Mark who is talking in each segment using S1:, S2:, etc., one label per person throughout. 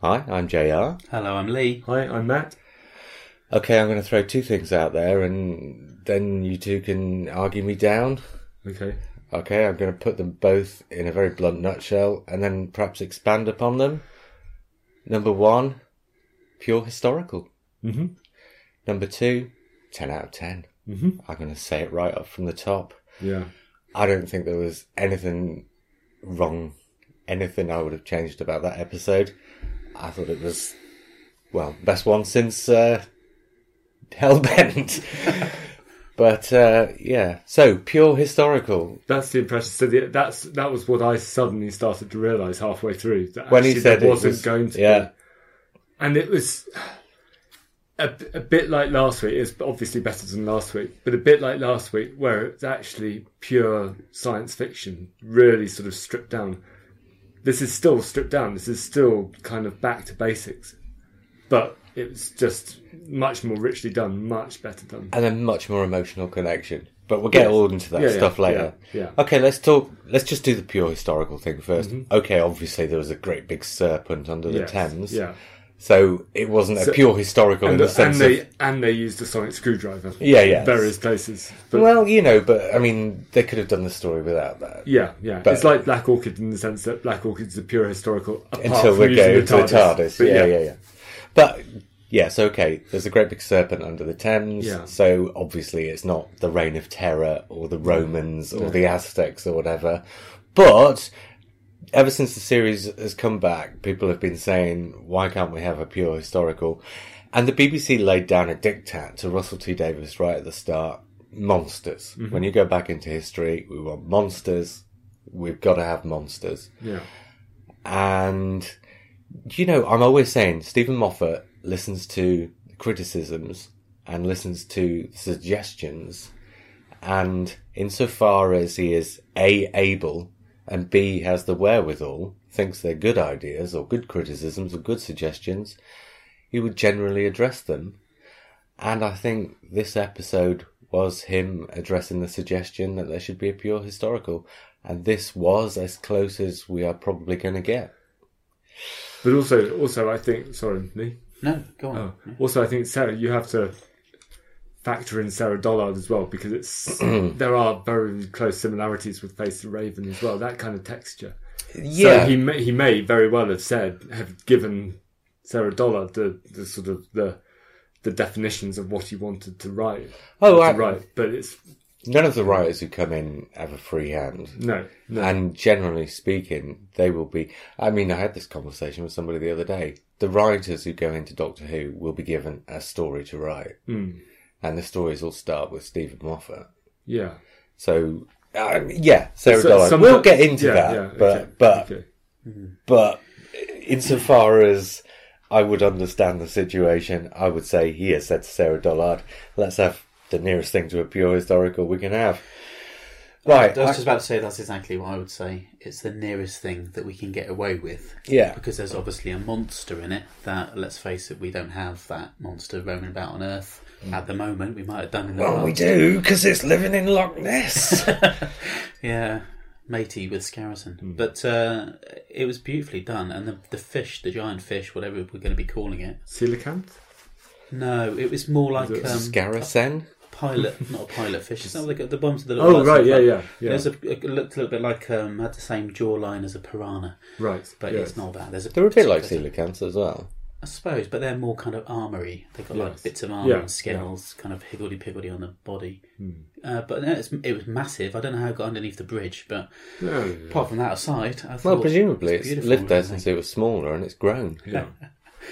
S1: Hi, I'm JR.
S2: Hello, I'm Lee.
S3: Hi, I'm Matt.
S1: Okay, I'm going to throw two things out there, and then you two can argue me down.
S3: Okay.
S1: Okay, I'm going to put them both in a very blunt nutshell, and then perhaps expand upon them. Number one, pure historical.
S3: Mm-hmm.
S1: Number two, 10 out of 10.
S3: Mhm.
S1: I'm going to say it right up from the top.
S3: Yeah.
S1: I don't think there was anything wrong, anything I would have changed about that episode. I thought it was, well, best one since uh, Hellbent. but uh, yeah, so pure historical.
S3: That's the impression. So the, that's that was what I suddenly started to realise halfway through that
S1: When he
S3: actually
S1: said
S3: there
S1: it
S3: wasn't
S1: was-
S3: going to
S1: yeah.
S3: be, and it was a, a bit like last week. It's obviously better than last week, but a bit like last week where it's actually pure science fiction, really sort of stripped down. This is still stripped down. This is still kind of back to basics, but it's just much more richly done, much better done.
S1: and a much more emotional connection. But we'll get
S3: Yes.
S1: all into that
S3: Yeah, yeah,
S1: stuff later.
S3: yeah, yeah.
S1: Okay, let's talk. Let's just do the pure historical thing 1st Okay, obviously there was a great big serpent under the
S3: Mm-hmm. Yes,
S1: Thames.
S3: Yeah.
S1: So it wasn't a pure historical in
S3: and,
S1: the,
S3: the-
S1: sense
S3: and they
S1: of
S3: and they used a sonic screwdriver.
S1: Yeah, yeah.
S3: in various places. But
S1: well, you know, but I mean, they could have done the story without that.
S3: yeah, yeah.
S1: but-
S3: it's like Black Orchid in the sense that Black Orchid's a pure historical. Apart
S1: Until
S3: from
S1: we
S3: using
S1: go
S3: the
S1: to the
S3: TARDIS.
S1: TARDIS.
S3: But
S1: Yeah, yeah, yeah. But yes, okay. There's a great big serpent under the Thames.
S3: Yeah.
S1: So obviously, it's not the Reign of Terror or the Romans or the Aztecs or whatever. But ever since the series has come back, people have been saying, "Why can't we have a pure historical?" And the BBC laid down a diktat to Russell T Davis right at the start: monsters.
S3: Mm-hmm.
S1: When you go back into history, we want monsters. We've got to have monsters.
S3: yeah,
S1: And you know, I'm always saying Stephen Moffat listens to criticisms and listens to suggestions, and insofar as he is a able and b has the wherewithal, thinks they're good ideas or good criticisms or good suggestions, he would generally address them. And I think this episode was him addressing the suggestion that there should be a pure historical. And this was as close as we are probably going to get.
S3: But also, also, I think. Sorry, Lee.
S2: No, go on.
S3: Oh, also, I think Sarah, you have to factor in Sarah Dollard as well because it's there are very close similarities with Face the Raven as well. That kind of texture. So he may, he may very well have said have given Sarah Dollar the, the sort of the the definitions of what he wanted to write.
S1: Oh,
S3: to
S1: I-
S3: write, but it's
S1: None of the writers who come in have a free hand.
S3: no, no.
S1: And generally speaking, they will be. I mean, I had this conversation with somebody the other day. The writers who go into Doctor Who will be given a story to write.
S3: Mm.
S1: And the stories all start with Stephen Moffat.
S3: yeah.
S1: So, um, yeah, Sarah
S3: So-
S1: Dollard.
S3: some-
S1: We'll get into
S3: yeah,
S1: that.
S3: yeah,
S1: but,
S3: okay,
S1: but,
S3: okay.
S1: but insofar as I would understand the situation, I would say he has said to Sarah Dollard, let's have the nearest thing to a pure historical we can have. Right.
S2: I was
S1: I-
S2: just about to say that's exactly what I would say. It's the nearest thing that we can get away with.
S1: Yeah.
S2: Because there's obviously a monster in it that, let's face it, we don't have that monster roaming about on Earth
S3: Hmm.
S2: at the moment. We might have done in the
S1: Well, we
S2: past.
S1: do because it's living in Loch Ness.
S2: Yeah, matey with Scarrison.
S3: Hmm.
S2: But uh, it was beautifully done. And the, the fish, the giant fish, whatever we're going to be calling it.
S3: Coelacanth?
S2: No, it was more like
S3: it
S2: um,
S1: Garrison.
S2: pilot, not a pilot fish. It's not like the bombs. The
S3: Oh, right, yeah, yeah, yeah.
S2: There's a, it looked a little bit like um, had the same jawline as a piranha,
S3: Right.
S2: but
S3: yeah.
S2: it's not that. There's a,
S1: They're a bit like coelacanths as well.
S2: I suppose, but they're more kind of armory. They've got like
S3: Yes.
S2: bits of armor
S3: Yeah, Hmm.
S2: and scales, kind of higgledy piggledy on the body. Uh, but no, it's, it was massive. I don't know how it got underneath the bridge, but
S3: No, no, no.
S2: apart from that aside, I thought
S1: Well, presumably
S2: it's
S1: it's
S2: beautiful,
S1: lived there
S2: isn't
S1: since
S2: it?
S1: it was smaller and it's grown.
S3: Yeah.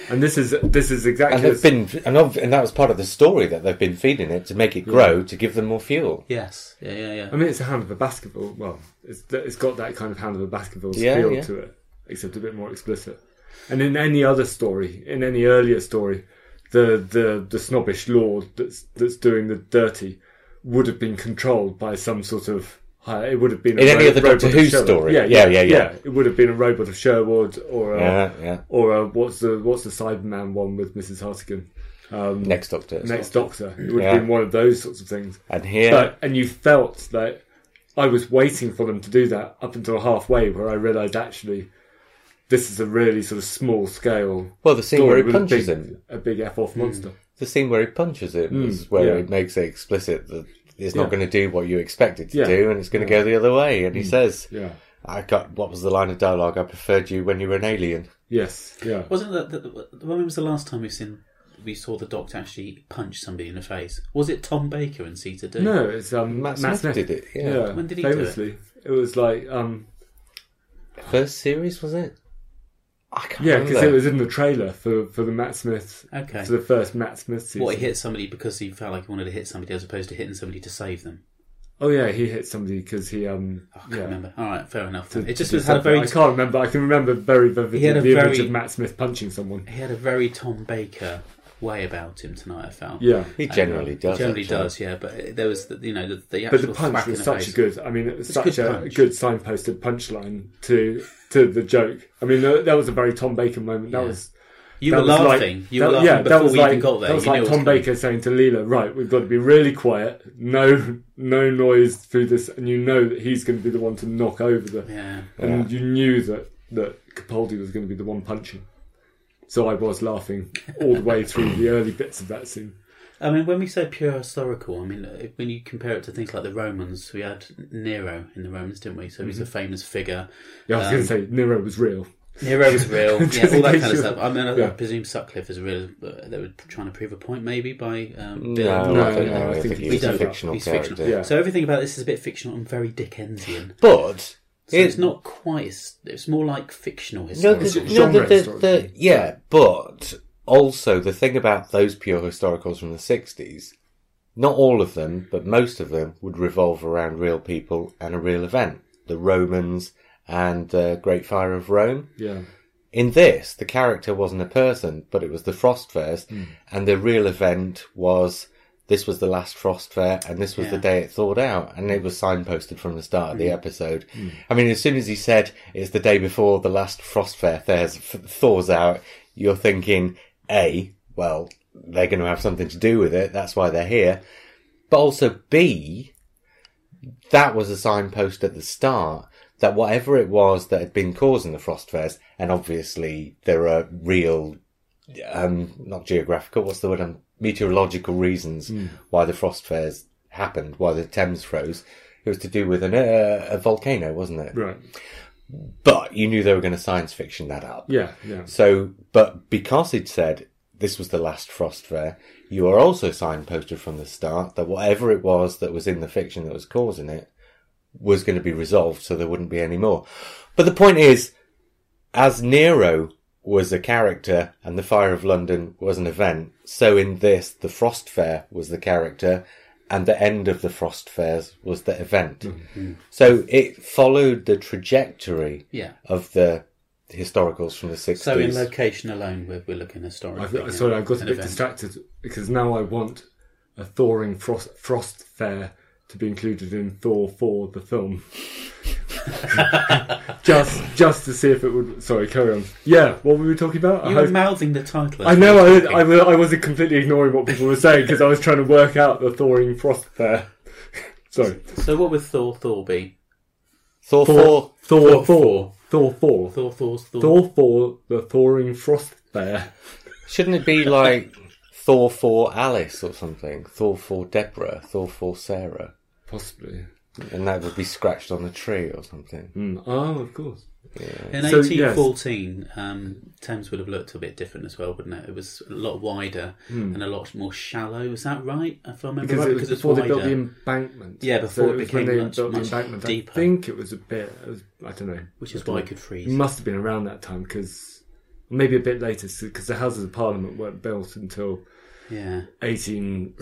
S3: And this is this is
S1: And
S3: exactly
S1: they've
S3: this-
S1: been, and, ob- and that was part of the story that they've been feeding it to make it grow to give them more fuel.
S2: Yes. Yeah, yeah, yeah.
S3: I mean, it's a hand of a basketball. Well, it's it's got that kind of hand of a basketball
S1: Yeah,
S3: feel
S1: yeah.
S3: to it, except a bit more explicit. And in any other story, in any earlier story, the the the snobbish lord that's that's doing the dirty would have been controlled by some sort of. higher- It would have been a
S1: In any
S3: ro-
S1: other
S3: robot
S1: Doctor
S3: of
S1: Who
S3: Sherwood.
S1: story.
S3: Yeah
S1: Yeah,
S3: yeah,
S1: yeah, yeah.
S3: It would have been a robot of Sherwood or a,
S1: Yeah, yeah.
S3: or a, what's the what's the Cyberman one with Mrs. Hartigan? Um,
S1: Next Doctor.
S3: Next Doctor. It would
S1: Yeah.
S3: have been one of those sorts of things.
S1: And here,
S3: But and you felt that I was waiting for them to do that up until halfway, where I realised actually this is a really sort of small scale.
S1: well, the scene
S3: story
S1: where he
S3: with a
S1: punches
S3: big-
S1: him,
S3: a big f
S2: Hmm.
S3: off monster.
S1: the scene where he punches him is where
S3: Mm, yeah.
S1: it makes it explicit that it's not
S3: Yeah.
S1: going to do what you expect it to
S3: Yeah. Mm,
S1: do, and it's going to go the other way. And he says,
S3: Yeah.
S1: "I got what was the line of dialogue? I preferred you when you were an alien."
S3: Yes. Yeah.
S2: Wasn't that the, the- when was the last time we seen we saw the Doctor actually punch somebody in the face? Was it Tom Baker and Cedar D?
S3: No, it's um, Matt,
S1: Smith
S3: Smith
S1: did it, yeah.
S2: When did he do it?
S3: famously. it? was like um,
S1: First series was it? I can't
S3: yeah, because
S1: remember.
S3: it was in the trailer for, for the Matt Smith
S2: Okay.
S3: for the first Matt Smith season.
S2: What he hit somebody because he felt like he wanted to hit somebody as opposed to hitting somebody to save them.
S3: Oh yeah, he hit somebody because he um
S2: Oh, I can't
S3: yeah.
S2: remember. All right, fair enough.
S3: to-
S2: it just
S3: to do
S2: was had a
S3: something.
S2: very
S3: I can't remember. I can remember very
S2: He
S3: vividly
S2: had a
S3: the image
S2: very-
S3: of Matt Smith punching someone.
S2: he had a very Tom Baker way about him tonight. I felt.
S3: Yeah,
S1: He generally does.
S2: Generally
S1: actually.
S2: does, yeah. But there was the, you know the, the actual
S3: but the punch
S2: thwack in
S3: was
S2: the
S3: such
S2: face.
S3: a good. I mean, it was
S2: a
S3: such
S2: good
S3: a
S2: punch.
S3: good signposted punchline to to the joke. I mean, uh, that was a very Tom Baker moment. That
S2: Yeah.
S3: was
S2: You
S3: that
S2: were
S3: was like-
S2: laughing. you were
S3: that-
S2: laughing
S3: yeah,
S2: before
S3: that was
S2: we
S3: like,
S2: even got there.
S3: That was
S2: you knew
S3: like
S2: it
S3: Tom
S2: coming.
S3: Baker saying to Leela, "Right, we've got to be really quiet. No, no noise through this." And you know that he's going to be the one to knock over the.
S2: Yeah.
S3: And you knew that that Capaldi was going to be the one punching. So I was laughing all the way through the early bits of that scene.
S2: I mean, when we say pure historical, I mean, uh, when you compare it to things like the Romans, we had Nero in the Romans, didn't we? So he's
S3: Mm-hmm.
S2: a famous figure.
S3: Yeah, I was going to say Nero was real.
S2: Nero was real, yeah,
S3: in
S2: all that
S3: case
S2: kind of
S3: you-
S2: stuff. I mean, I, I
S3: Yeah.
S2: presume Sutcliffe is real. Uh, they were trying to prove a point, maybe, by um, Bill.
S1: No,
S3: No,
S1: I think,
S3: no,
S1: no,
S3: I
S1: I
S3: think
S1: think
S3: he
S1: he
S2: We
S1: was a
S2: don't.
S1: fictional
S2: he's
S1: character.
S2: fictional.
S3: Yeah.
S2: So everything about this is a bit fictional and very Dickensian.
S1: But
S2: So
S1: it-
S2: it's not quite. as- It's more like fictional
S1: No,
S2: historical.
S1: the,
S3: It's
S1: no, the,
S3: genre
S1: the,
S3: historical.
S1: the- yeah, but also the thing about those pure historicals from the sixties, not all of them, but most of them would revolve around real people and a real event, the Romans and the Great Fire of Rome.
S3: Yeah.
S1: In this, the character wasn't a person, but it was the Frost Fairs, and the real event was this was the last Frost Fair, and this was the
S2: Yeah.
S1: day it thawed out, and it was signposted from the start of the episode. I mean, as soon as he said it's the day before the last Frost Fair thaws, f- thaws out, you're thinking, A, well, they're going to have something to do with it, that's why they're here, but also B, that was a signpost at the start that whatever it was that had been causing the frost fairs, and obviously there are real, um, not geographical, what's the word, um, meteorological reasons why the frost fairs happened, why the Thames froze. It was to do with an, uh, a volcano, wasn't it?
S3: Right.
S1: But you knew they were going to science fiction that up.
S3: Yeah. Yeah.
S1: So, but because it said this was the last frost fair, you are also signposted from the start that whatever it was that was in the fiction that was causing it was going to be resolved, so there wouldn't be any more. But the point is, as Nero was a character and the Fire of London was an event, so in this, the Frost Fair was the character and the end of the Frost Fairs was the event. So it followed the trajectory
S2: Yeah.
S1: of the historicals from the 60s.
S2: So in location alone, we're, we're looking
S3: I,
S2: historically.
S3: th-
S2: yeah,
S3: sorry, I got a
S2: an
S3: bit
S2: event.
S3: distracted because now I want a thawing frost, frost fair to be included in Thor for the film. just, just to see if it would. Sorry, carry on. Yeah, what were we talking about?
S2: You
S3: I,
S2: were
S3: hope-
S2: mouthing the title.
S3: I know. I, I, wa- I was completely ignoring what people were saying because I was trying to work out the thawing frost fair. sorry,
S2: So what would Thor Thor be?
S1: Thor 4.
S3: Thor,
S2: Thor
S3: Thor, Thor, Thor,
S2: Thor Thor's Thor.
S3: Thor for the thawing frost fair.
S1: Shouldn't it be like Thor 4 Alice or something? Thor 4 Deborah? Thor 4 Sarah?
S3: Possibly.
S1: And that would be scratched on the tree or something.
S3: Hmm. Oh, of course.
S2: In
S3: So,
S2: 1814, um, Thames would have looked a bit different as well, wouldn't it? It was a lot wider and a lot more shallow. Is that right? If I remember
S3: Hmm. because
S2: right,
S3: it was before they
S2: wider.
S3: built the embankment.
S2: Yeah, before it
S3: was
S2: became
S3: when they
S2: much,
S3: built the
S2: much
S3: embankment.
S2: deeper.
S3: I think it was a bit. It was, I don't know.
S2: which is why it could freeze.
S3: It must have been around that time because maybe a bit later because the Houses of Parliament weren't built until
S2: yeah.
S3: 18.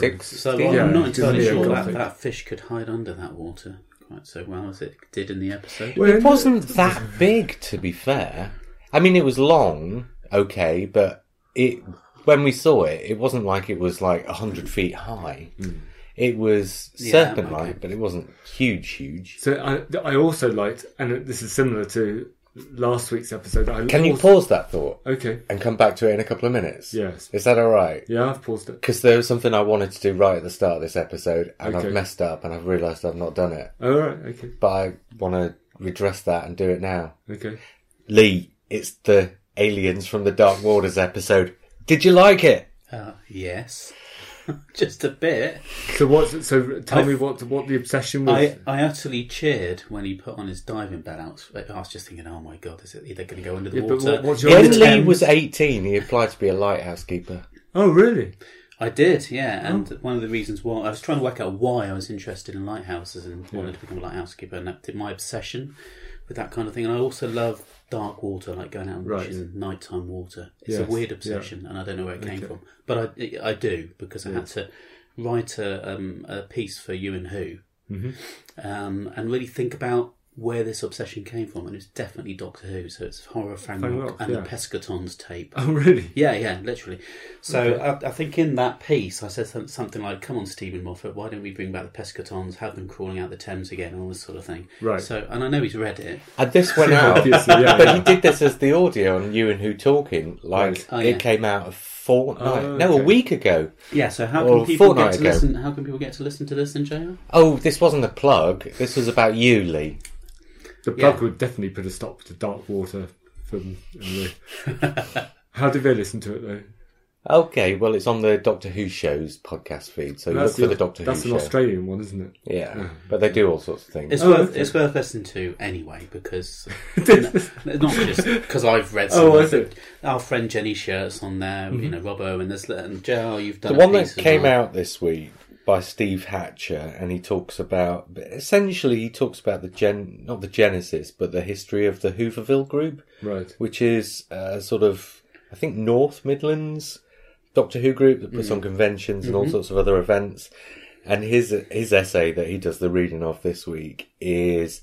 S1: Six.
S2: So
S1: Yeah,
S2: I'm not
S3: it's
S2: entirely
S3: near
S2: sure that,
S3: Gothic.
S2: that fish could hide under that water quite so well as it did in the episode.
S3: Well,
S1: It wasn't that big, to be fair. I mean, it was long, okay, but it when we saw it, it wasn't like it was like hundred feet high. It was
S2: Hmm. Yeah,
S1: serpent-like,
S2: okay.
S1: but it wasn't huge, huge.
S3: So I, I also liked, and this is similar to last week's episode. I
S1: Can you
S3: also-
S1: pause that thought
S3: Okay.
S1: and come back to it in a couple of minutes?
S3: Yes.
S1: Is that all right?
S3: Yeah, I've paused it.
S1: Because there was something I wanted to do right at the start of this episode, and
S3: Okay.
S1: I've messed up, and I've realised I've not done it.
S3: Oh, All right. Okay.
S1: But I want to redress that and do it now.
S3: Okay.
S1: Lee, it's the Aliens from the Dark Waters episode. Did you like it?
S2: Uh, yes. Just a bit.
S3: So what's so? Tell
S2: I-
S3: me what what the obsession was.
S2: I, I utterly cheered when he put on his diving bell out. I was just thinking, oh my god, is it they're going to go under the
S3: Yeah, but
S2: water?
S3: what- what's your-
S1: When
S2: the
S1: Lee
S2: Thames.
S1: was 18, he applied to be a lighthouse keeper.
S3: oh, really?
S2: I did,
S3: Oh.
S2: yeah. And one of the reasons why I was trying to work out why I was interested in lighthouses and wanted to become a lighthouse keeper, and that did my obsession with that kind of thing. And I also love dark water, like going out and
S3: Right.
S2: watching nighttime water. It's
S3: Yes,
S2: a weird
S3: yeah.
S2: obsession, and I don't know where it came from, but I I do because I had to write a um, a piece for you and who,
S3: Mm-hmm.
S2: um, and really think about. Where this obsession came from, and it's definitely Doctor Who, so it's horror fan
S3: Fangorn,
S2: and
S3: yeah.
S2: the Pescatons tape.
S3: Oh, really?
S2: Yeah, yeah, literally. So I, I think in that piece, I said some- something like, "Come on, Stephen Moffat, why don't we bring back the Pescatons, have them crawling out the Thames again, and all this sort of thing?"
S3: Right.
S2: So, and I know he's read it.
S1: And this went out.
S3: Obviously, yeah,
S1: but
S3: yeah.
S1: he did this as the audio on You and Who Talking. Like,
S3: Right.
S2: Oh, yeah.
S1: it came out a fortnight.
S3: Oh,
S1: no,
S3: okay.
S1: a week ago.
S2: Yeah. So how
S1: Well,
S2: can people
S1: fortnight
S2: get to
S1: ago.
S2: listen? How can people get to listen to this in jail?
S1: Oh, this wasn't a plug. This was about you, Lee.
S3: The plug
S2: Yeah.
S3: would definitely put a stop to Dark Water from. Anyway. How did they listen to it though?
S1: Okay, well, it's on the Doctor Who Shows podcast feed, so look for the Doctor
S3: That's
S1: Who
S3: an
S1: Show.
S3: Australian one, isn't it?
S1: yeah, but they do all sorts of things.
S2: It's
S3: Oh,
S2: worth
S3: okay.
S2: it's worth listening to anyway because n- not just because I've read some.
S3: Oh, I
S2: of
S3: see.
S2: it. Our friend Jenny Shirts on there, you know, Robbo, and there's and JR, you've
S1: The
S2: done a
S1: one that
S2: piece as
S1: came
S2: well.
S1: out this week by Steve Hatcher, and he talks about essentially he talks about the gen not the genesis, but the history of the Hooverville Group,
S3: Right.
S1: which is uh, sort of I think North Midlands Doctor Who group that puts on conventions and all sorts of other events. And his his essay that he does the reading of this week is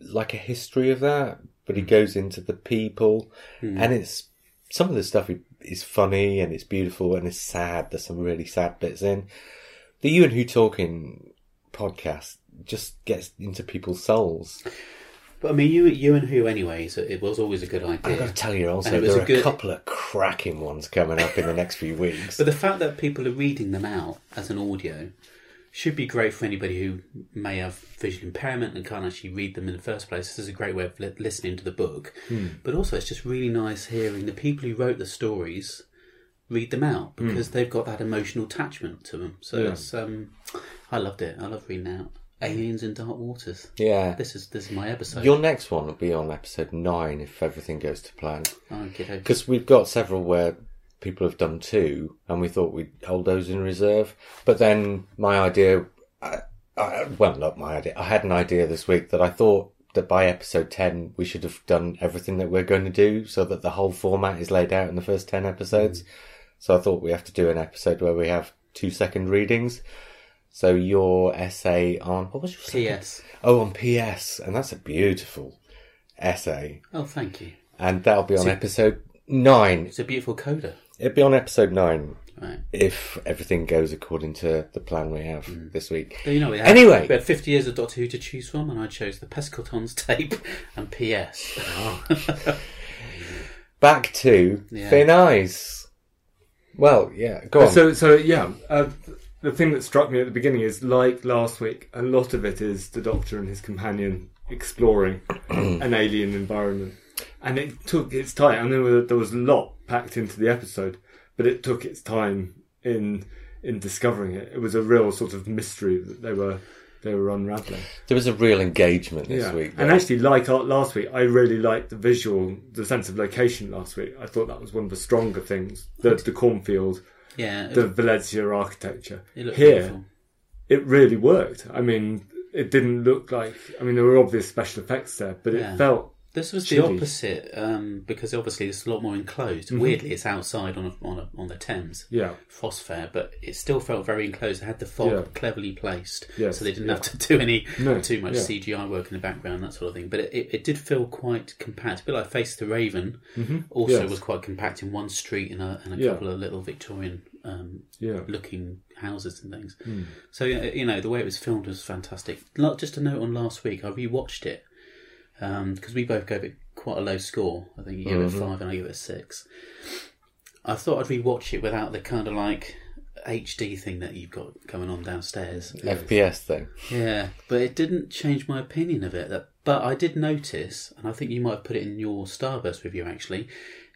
S1: like a history of that, but he goes into the people, and it's some of the stuff i- is funny and it's beautiful and it's sad. There's some really sad bits in the You and Who Talking podcast. Just gets into people's souls.
S2: But I mean, you you and who anyway? So it was always a good
S1: I've
S2: idea.
S1: got to tell you also,
S2: And it was
S1: there are
S2: a
S1: a
S2: good-
S1: couple of cracking ones coming up in the next few weeks.
S2: But the fact that people are reading them out as an audio should be great for anybody who may have visual impairment and can't actually read them in the first place. This is a great way of li- listening to the book. But also, it's just really nice hearing the people who wrote the stories read them out because they've got that emotional attachment to them. So it's, um, I loved it. I love reading out Aliens in Dark Waters.
S1: Yeah.
S2: This is this is my episode.
S1: Your next one will be on episode nine if everything goes to plan.
S2: Oh, kiddo.
S1: Because we've got several where people have done two, and we thought we'd hold those in reserve. But then my idea, I, I, well, not my idea, I had an idea this week that I thought that by episode 10, we should have done everything that we're going to do so that the whole format is laid out in the first 10 episodes. So I thought we have to do an episode where we have two second readings. So your essay on, what was your second?
S2: P.S.
S1: Oh, on PS, and that's a beautiful essay,
S2: Oh, thank you.
S1: and that'll be on episode nine.
S2: It's a beautiful coda.
S1: It'll be on episode nine
S2: Right.
S1: if everything goes according to the plan we have
S3: Mm.
S1: this week.
S2: But you know, we had,
S1: Anyway.
S2: we had 50 years of Doctor Who to choose from, and I chose the Pescotons tape and PS.
S1: Back to
S2: Yeah.
S1: Thin Eyes. Well, yeah, go on.
S3: So, so yeah, uh, the thing that struck me at the beginning is like last week, a lot of it is the Doctor and his companion exploring an alien environment, and it took its time. I know that there was a lot packed into the episode, but it took its time in in discovering it. It was a real sort of mystery that they were they were unraveling.
S1: there was a real engagement this
S3: Yeah.
S1: week.
S3: and
S1: though.
S3: actually, like uh, last week, I really liked the visual, the sense of location last week. I thought that was one of the stronger things. The, the cornfield,
S2: yeah, it,
S3: the Valencia architecture.
S2: it looked
S3: Here,
S2: beautiful.
S3: it really worked. I mean, it didn't look like. I mean, there were obvious special effects there, but it
S2: Yeah.
S3: felt
S2: This was the
S3: Chivvies.
S2: opposite um, because obviously it's a lot more enclosed.
S3: Mm-hmm.
S2: Weirdly, it's outside on a, on a, on the Thames.
S3: Yeah.
S2: Foss Fair, but it still felt very enclosed. It had the fog
S3: Yeah.
S2: cleverly placed,
S3: Yes,
S2: so they didn't have to do any
S3: No,
S2: too much
S3: yeah.
S2: CGI work in the background, that sort of thing. But it, it, it did feel quite compact. A bit like Face the Raven, also
S3: Mm-hmm. yes.
S2: was quite compact in one street and a, and a
S3: Yeah.
S2: couple of little Victorian um,
S3: Yeah.
S2: looking houses and things. So yeah, you know the way it was filmed was fantastic. Like, Just a note on last week, I rewatched it because we both gave it quite a low score. I think you gave it a five and I gave it a six. I thought I'd rewatch it without the kind of like HD thing that you've got going on downstairs.
S1: FPS thing.
S2: Yeah, but it didn't change my opinion of it. That, but I did notice, and I think you might have put it in your Starburst review actually,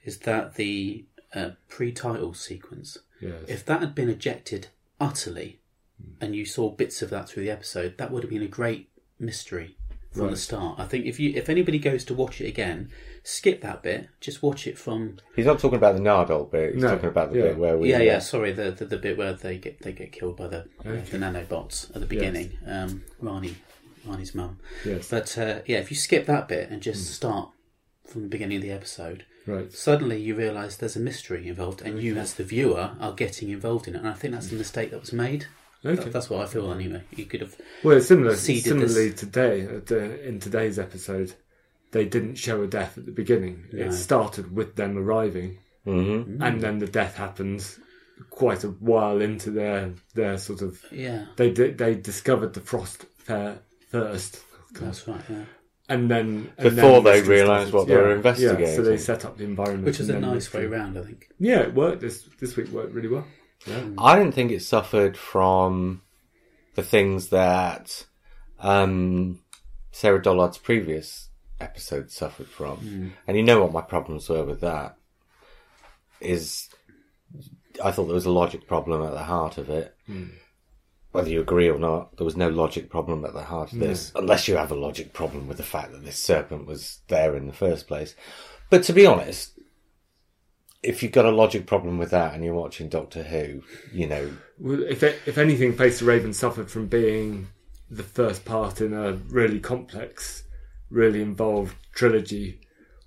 S2: is that the uh, pre-title sequence
S3: Yes.
S2: if that had been ejected utterly, and you saw bits of that through the episode, that would have been a great mystery from the
S3: Right.
S2: start. I think if you if anybody goes to watch it again, skip that bit. Just watch it from
S1: He's not talking about the Nardole bit. He's
S3: No,
S1: talking about the
S3: yeah.
S1: bit where we.
S2: yeah yeah sorry the, the the bit where they get they get killed by the uh, the nanobots at the beginning. Um, Rani Rani's mum.
S3: Yes.
S2: But uh, yeah, if you skip that bit and just start from the beginning of the episode,
S3: Right.
S2: suddenly you realise there's a mystery involved, and you, as the viewer, are getting involved in it. And I think that's the mistake that was made.
S3: Okay.
S2: That- that's what I feel anyway. You could have.
S3: Well, it's similar.
S2: seeded
S3: Similarly, today uh, the- in today's episode, they didn't show a death at the beginning. It started with them arriving, mm-hmm. and then the death happens quite a while into their their sort of.
S2: Yeah,
S3: They di- they discovered the frost fair first,
S2: that's right. Yeah.
S3: and then and
S1: Before
S3: then
S1: they
S3: mystery
S1: realised what
S3: started.
S1: they were
S3: Yeah, so they
S1: investigating.
S3: set up the environment,
S2: Which is
S3: and
S2: a
S3: then
S2: nice way
S3: mystery.
S2: round, I think.
S3: Yeah, it worked. This this week worked really well.
S1: I didn't think it suffered from the things that um, Sarah Dollard's previous episode suffered from, and you know what my problems were with that. Is I thought there was a logic problem at the heart of it. Whether you agree or not, there was no logic problem at the heart of this, unless you have a logic problem with the fact that this serpent was there in the first place. But to be honest, if you've got a logic problem with that and you're watching Doctor Who, you know,
S3: Well, if it, if anything, Face the Raven suffered from being the first part in a really complex, really involved trilogy,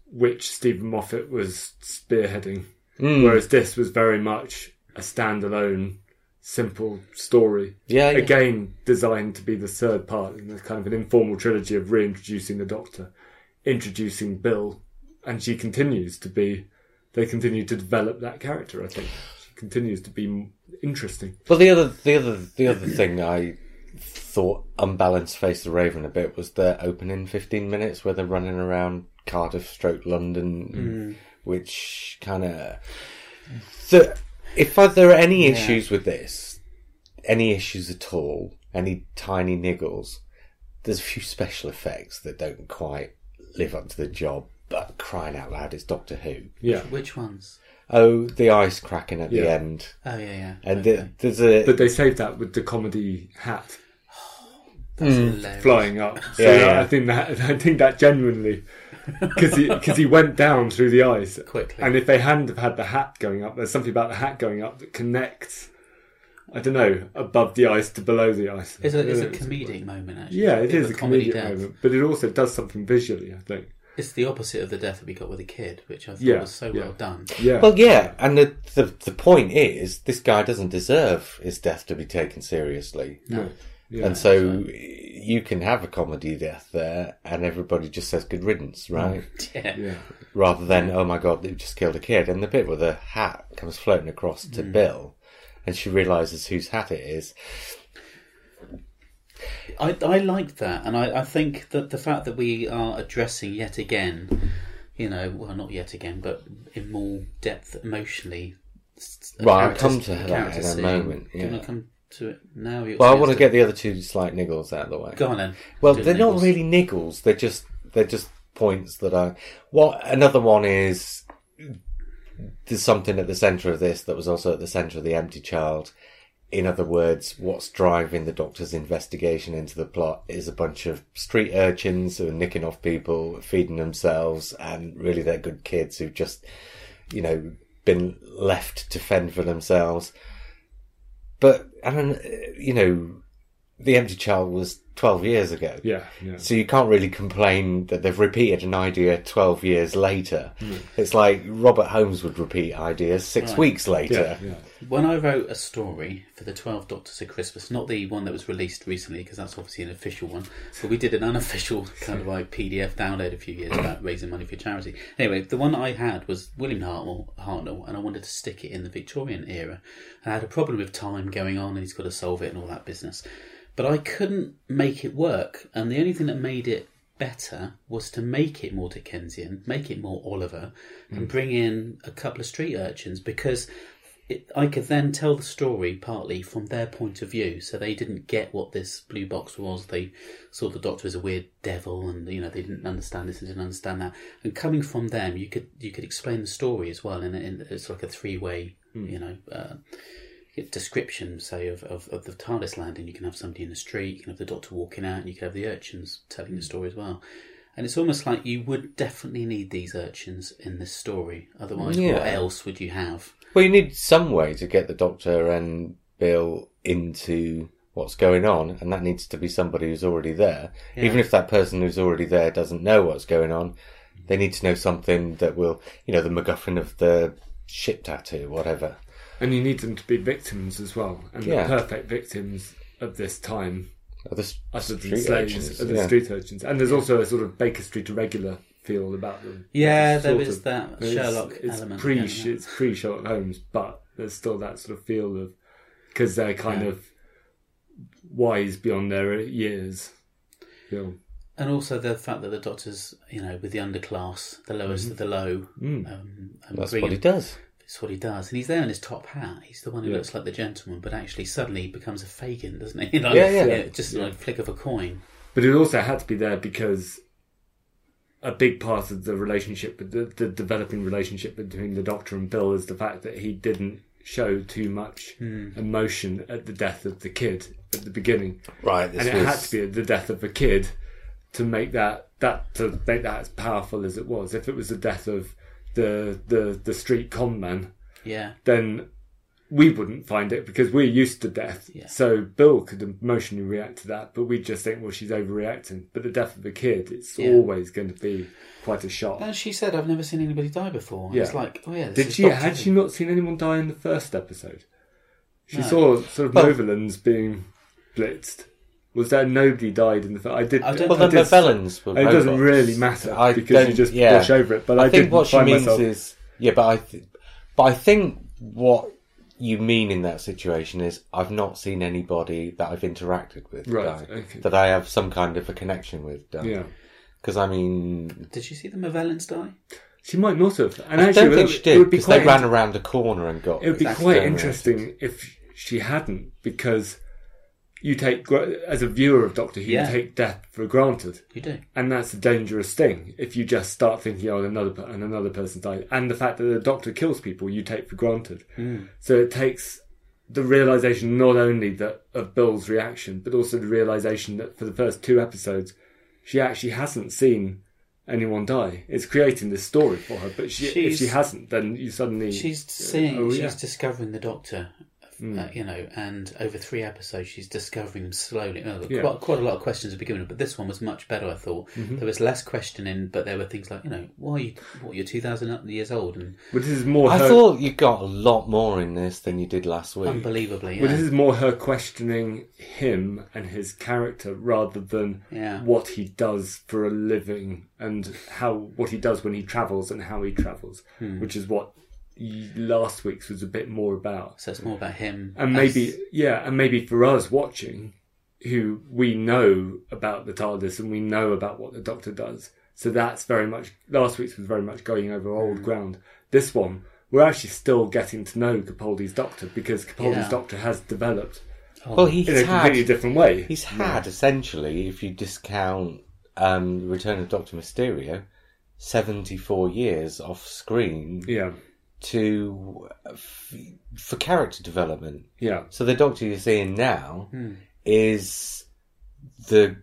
S3: which Stephen Moffat was spearheading. Whereas this was very much a standalone, simple story.
S1: Yeah, yeah.
S3: Again, designed to be the third part in a kind of an informal trilogy of reintroducing the Doctor, introducing Bill, and she continues to be. They continue to develop that character. I think she continues to be m- interesting.
S1: But the other, the other, the other thing I thought unbalanced Face the Raven a bit was their opening fifteen minutes where they're running around Cardiff, stroke London,
S3: Mm.
S1: which kind of. So, if there are any issues with this, any issues at all, any tiny niggles, there's a few special effects that don't quite live up to the job. But crying out loud, it's Doctor Who.
S3: Yeah,
S2: Which ones?
S1: Oh, the ice cracking at the
S3: Yeah.
S1: end,
S2: Oh yeah, yeah.
S1: and the- there's a
S3: but they saved that with the comedy hat
S2: That's hilarious.
S3: flying up. So
S1: Yeah, yeah.
S3: I think that I think that genuinely because he, 'cause he went down through the ice
S2: Quickly.
S3: And if they hadn't have had the hat going up, there's something about the hat going up that connects. I don't know above the ice to below the ice.
S2: It's a, it's a
S3: I don't know.
S2: comedic moment, actually.
S3: Yeah,
S2: Bit
S3: it
S2: of
S3: is a comedic
S2: death.
S3: moment, but it also does something visually. I think.
S2: It's the opposite of the death that we got with the kid, which I thought
S3: Yeah,
S2: was so
S3: yeah.
S2: well done.
S3: Yeah.
S1: Well, yeah, and the, the the point is, this guy doesn't deserve his death to be taken seriously,
S3: No. Yeah.
S1: and so you can have a comedy death there, and everybody just says "good riddance," right?
S2: Yeah.
S3: yeah.
S1: Rather than "oh my god, they've just killed a kid." And the bit where the hat comes floating across to Bill, and she realizes whose hat it is.
S2: I, I like that, and I, I think that the fact that we are addressing yet again, you know, well, not yet again, but in more depth emotionally. s-
S1: Right, I'll
S2: characters-
S1: come to that
S2: character
S1: in a
S2: scene.
S1: moment,
S2: Do you want
S1: yeah.
S2: to come to it now? You're
S1: Well, I want to
S2: supposed
S1: get the other two slight niggles out of the way.
S2: Go on then.
S1: Well,
S2: Do the
S1: they're not
S2: niggles.
S1: really niggles. They're just they're just points that are. What another one is. There's something at the centre of this that was also at the centre of the empty child. In other words, what's driving the doctor's investigation into the plot is a bunch of street urchins who are nicking off people, feeding themselves, and really they're good kids who've just, you know, been left to fend for themselves. But I don't, you know, the empty child was 12 years ago.
S3: Yeah, yeah.
S1: So you can't really complain that they've repeated an idea 12 years later. It's like Robert Holmes would repeat ideas six
S2: Right.
S1: weeks later.
S3: yeah.
S2: When I wrote a story for the Twelve Doctors of Christmas, not the one that was released recently, because that's obviously an official one, but we did an unofficial kind of like PDF download a few years about raising money for charity. Anyway, the one I had was William Hartnell, Hartnell, and I wanted to stick it in the Victorian era. And I had a problem with time going on, and he's got to solve it and all that business. But I couldn't make it work, and the only thing that made it better was to make it more Dickensian, make it more Oliver, and bring in a couple of street urchins because it, I could then tell the story partly from their point of view. So they didn't get what this blue box was. They saw the Doctor as a weird devil, and you know they didn't understand this and didn't understand that. And coming from them, you could you could explain the story as well, and, and it's like a three way, you know. Uh, description, say, of, of, of the TARDIS landing. You can have somebody in the street, you can have the doctor walking out, and you can have the urchins telling the story as well. And it's almost like you would definitely need these urchins in this story. Otherwise,
S1: Yeah.
S2: what else would you have?
S1: Well, you need some way to get the Doctor and Bill into what's going on, and that needs to be somebody who's already there. Even if that person who's already there doesn't know what's going on, they need to know something that will, you know, the MacGuffin of the ship tattoo, whatever.
S3: And you need them to be victims as well, and
S1: Yeah.
S3: the perfect victims of this time
S1: Or the s-
S3: other than
S1: street
S3: slaves,
S1: urchins,
S3: other
S1: yeah.
S3: street urchins. And there's also a sort of Baker Street irregular feel about them.
S2: Yeah, there
S3: Sort
S2: is
S3: of-
S2: that
S3: it's-
S2: Sherlock
S3: it's
S2: element,
S3: Pre,
S2: yeah.
S3: It's pre Sherlock Holmes, but there's still that sort of feel of because they're kind
S2: Yeah.
S3: of wise beyond their years. Feel.
S2: And also the fact that the doctor's, you know, with the underclass, the lowest of the low. Um, and
S1: That's
S2: bringing-
S1: what he does.
S2: That's what he does. And he's there in his top hat. He's the one who
S3: Yeah.
S2: looks like the gentleman, but actually suddenly he becomes a Fagin, doesn't he? Like,
S1: Yeah, yeah.
S2: Just like a flick of a coin.
S3: But it also had to be there because a big part of the relationship, the, the developing relationship between the Doctor and Bill, is the fact that he didn't show too much
S2: Hmm.
S3: emotion at the death of the kid at the beginning,
S1: Right, this
S3: and it
S1: was
S3: had to be at the death of a kid to make that that to make that as powerful as it was. If it was the death of the the the street con man,
S2: Yeah.
S3: then we wouldn't find it because we're used to death.
S2: Yeah.
S3: So Bill could emotionally react to that, but we just think, well, she's overreacting. But the death of a kid, it's
S2: Yeah.
S3: always going to be quite a shock.
S2: And she said, I've never seen anybody die before. And It's
S3: Yeah.
S2: like, oh yeah. This
S3: Did
S2: is
S3: she?
S2: Doctor
S3: Had
S2: Who.
S3: she not seen anyone die in the first episode? She
S2: No.
S3: saw sort of
S1: Well-
S3: Novalans being blitzed. Was there nobody died in the? fir- I did.
S2: I don't-
S1: Well,
S3: I
S1: the
S3: did-
S1: Mavellans were
S3: It
S1: robots.
S3: doesn't really matter
S1: I
S3: because you
S1: don't-
S3: just
S1: yeah.
S3: brush over it. But I,
S1: I think
S3: didn't
S1: what she
S3: find
S1: means
S3: myself.
S1: is yeah, but I, th- but I think what you mean in that situation is I've not seen anybody that I've interacted with
S3: Right,
S1: die,
S3: okay.
S1: that I have some kind of a connection with. die.
S3: yeah,
S1: because I mean,
S2: Did she see the Mavellans die?
S3: she might not have. And
S1: I
S3: actually,
S1: don't think
S3: it,
S1: she
S3: It
S1: did
S3: would be
S1: because they
S3: quite
S1: ran around a corner and got.
S3: It would be
S1: exterminated.
S3: quite interesting if she hadn't, because you take gr- as a viewer of Doctor Who,
S2: Yeah.
S3: you take death for granted,
S2: You do.
S3: and that's a dangerous thing. If you just start thinking, "Oh, another per- and another person died," and the fact that the Doctor kills people, you take for granted.
S2: Mm.
S3: So it takes the realization not only that of Bill's reaction, but also the realization that for the first two episodes, she actually hasn't seen. Anyone die? It's creating this story for her, but she, if
S2: She's-
S3: she hasn't, then you suddenly
S2: She's seeing,
S3: oh,
S2: she's
S3: yeah. Hmm.
S2: discovering the Doctor, uh, you know, and over three episodes she's discovering him slowly. Oh,
S3: Yeah. Mm-hmm.
S2: quite, quite a lot of questions are beginning, but this one was much better, I thought. There was less questioning, but there were things like, you know, why are you, what, you're 2,000 years old? And
S3: But this is more.
S1: I
S3: her,
S1: thought you got a lot more in this than you did last week.
S2: unbelievably,
S3: Well,
S2: yeah.
S3: this is more her questioning him and his character rather than
S2: Yeah.
S3: what he does for a living and how what he does when he travels and how he travels,
S2: Hmm.
S3: which is what y- last week's was a bit more about.
S2: so it's more about him.
S3: And
S2: as-
S3: maybe, yeah, and maybe for us watching, who we know about the TARDIS and we know about what the Doctor does, so that's very much last week's was very much going over
S1: Hmm.
S3: old ground. This one, we're actually still getting to know Capaldi's Doctor because Capaldi's
S2: Yeah.
S3: Doctor has developed
S1: well, he's
S3: in a
S1: had
S3: completely different way.
S1: he's had essentially, if you discount um, Return of Doctor Mysterio, seventy four years off screen
S3: yeah,
S1: to uh, f- for character development.
S3: yeah,
S1: So the Doctor you're seeing now
S2: Hmm.
S1: is the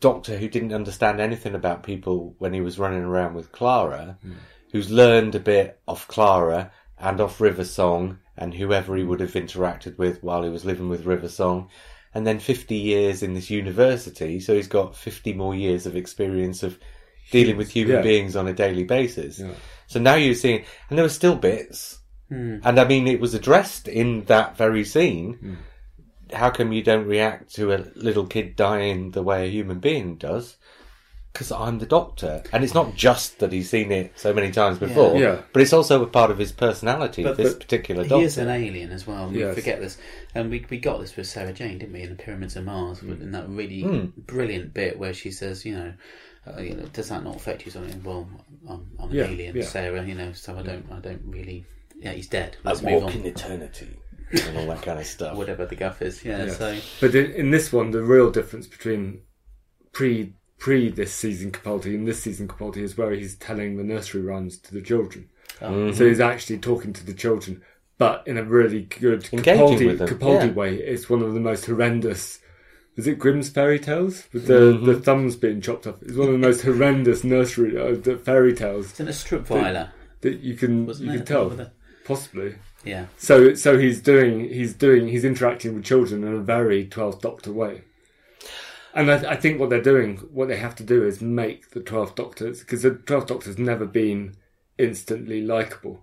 S1: Doctor who didn't understand anything about people when he was running around with Clara,
S3: Hmm.
S1: who's learned a bit off Clara
S3: Hmm.
S1: and off River Song and whoever he would have interacted with while he was living with River Song, and then 50 years in this university. So he's got 50 more years of experience of dealing with human
S3: Yeah.
S1: beings on a daily basis.
S3: Yeah.
S1: So now you're seeing, and there were still bits.
S3: Hmm.
S1: And I mean, it was addressed in that very scene. How come you don't react to a little kid dying the way a human being does? Because I'm the doctor. And it's not just that he's seen it so many times before,
S3: Yeah.
S1: but it's also a part of his personality,
S2: But-
S1: this
S3: but
S1: particular
S2: He
S1: doctor.
S2: is an alien as well. We
S3: Yes.
S2: forget this, and we we got this with Sarah Jane, didn't we? In the Pyramids of Mars,
S3: Hmm.
S2: in that really brilliant bit where she says, you know, uh, you know, does that not affect you? Something? Well, I'm, I'm an
S3: Yeah,
S2: alien,
S3: yeah. Hmm.
S2: Sarah. You know, so I don't, I don't really. Yeah, he's dead.
S1: I
S2: Let's move
S1: walk
S2: on.
S1: in eternity and all that kind of stuff.
S2: Whatever the guff is, yeah.
S3: Yeah.
S2: So
S3: But in, in this one, the real difference between pre pre this season Capaldi and this season Capaldi is where he's telling the nursery rhymes to the children.
S1: Ah.
S3: So he's actually talking to the children, but in a really good
S1: Engaging
S3: Capaldi,
S1: with them,
S3: Capaldi
S1: yeah.
S3: way. It's one of the most horrendous. Is it Grimm's fairy tales with the, the thumbs being chopped up? It's one of the most horrendous nursery uh, the fairy tales
S2: isn't a strip viler?
S3: that you can
S2: Wasn't
S3: you
S2: there
S3: can
S2: a bit
S3: tell,
S2: with a-
S3: possibly.
S2: Yeah.
S3: So so he's doing he's doing he's interacting with children in a very Twelfth Doctor way. And I, I think what they're doing, what they have to do, is make the Twelfth Doctors because the Twelfth Doctor's never been instantly likable.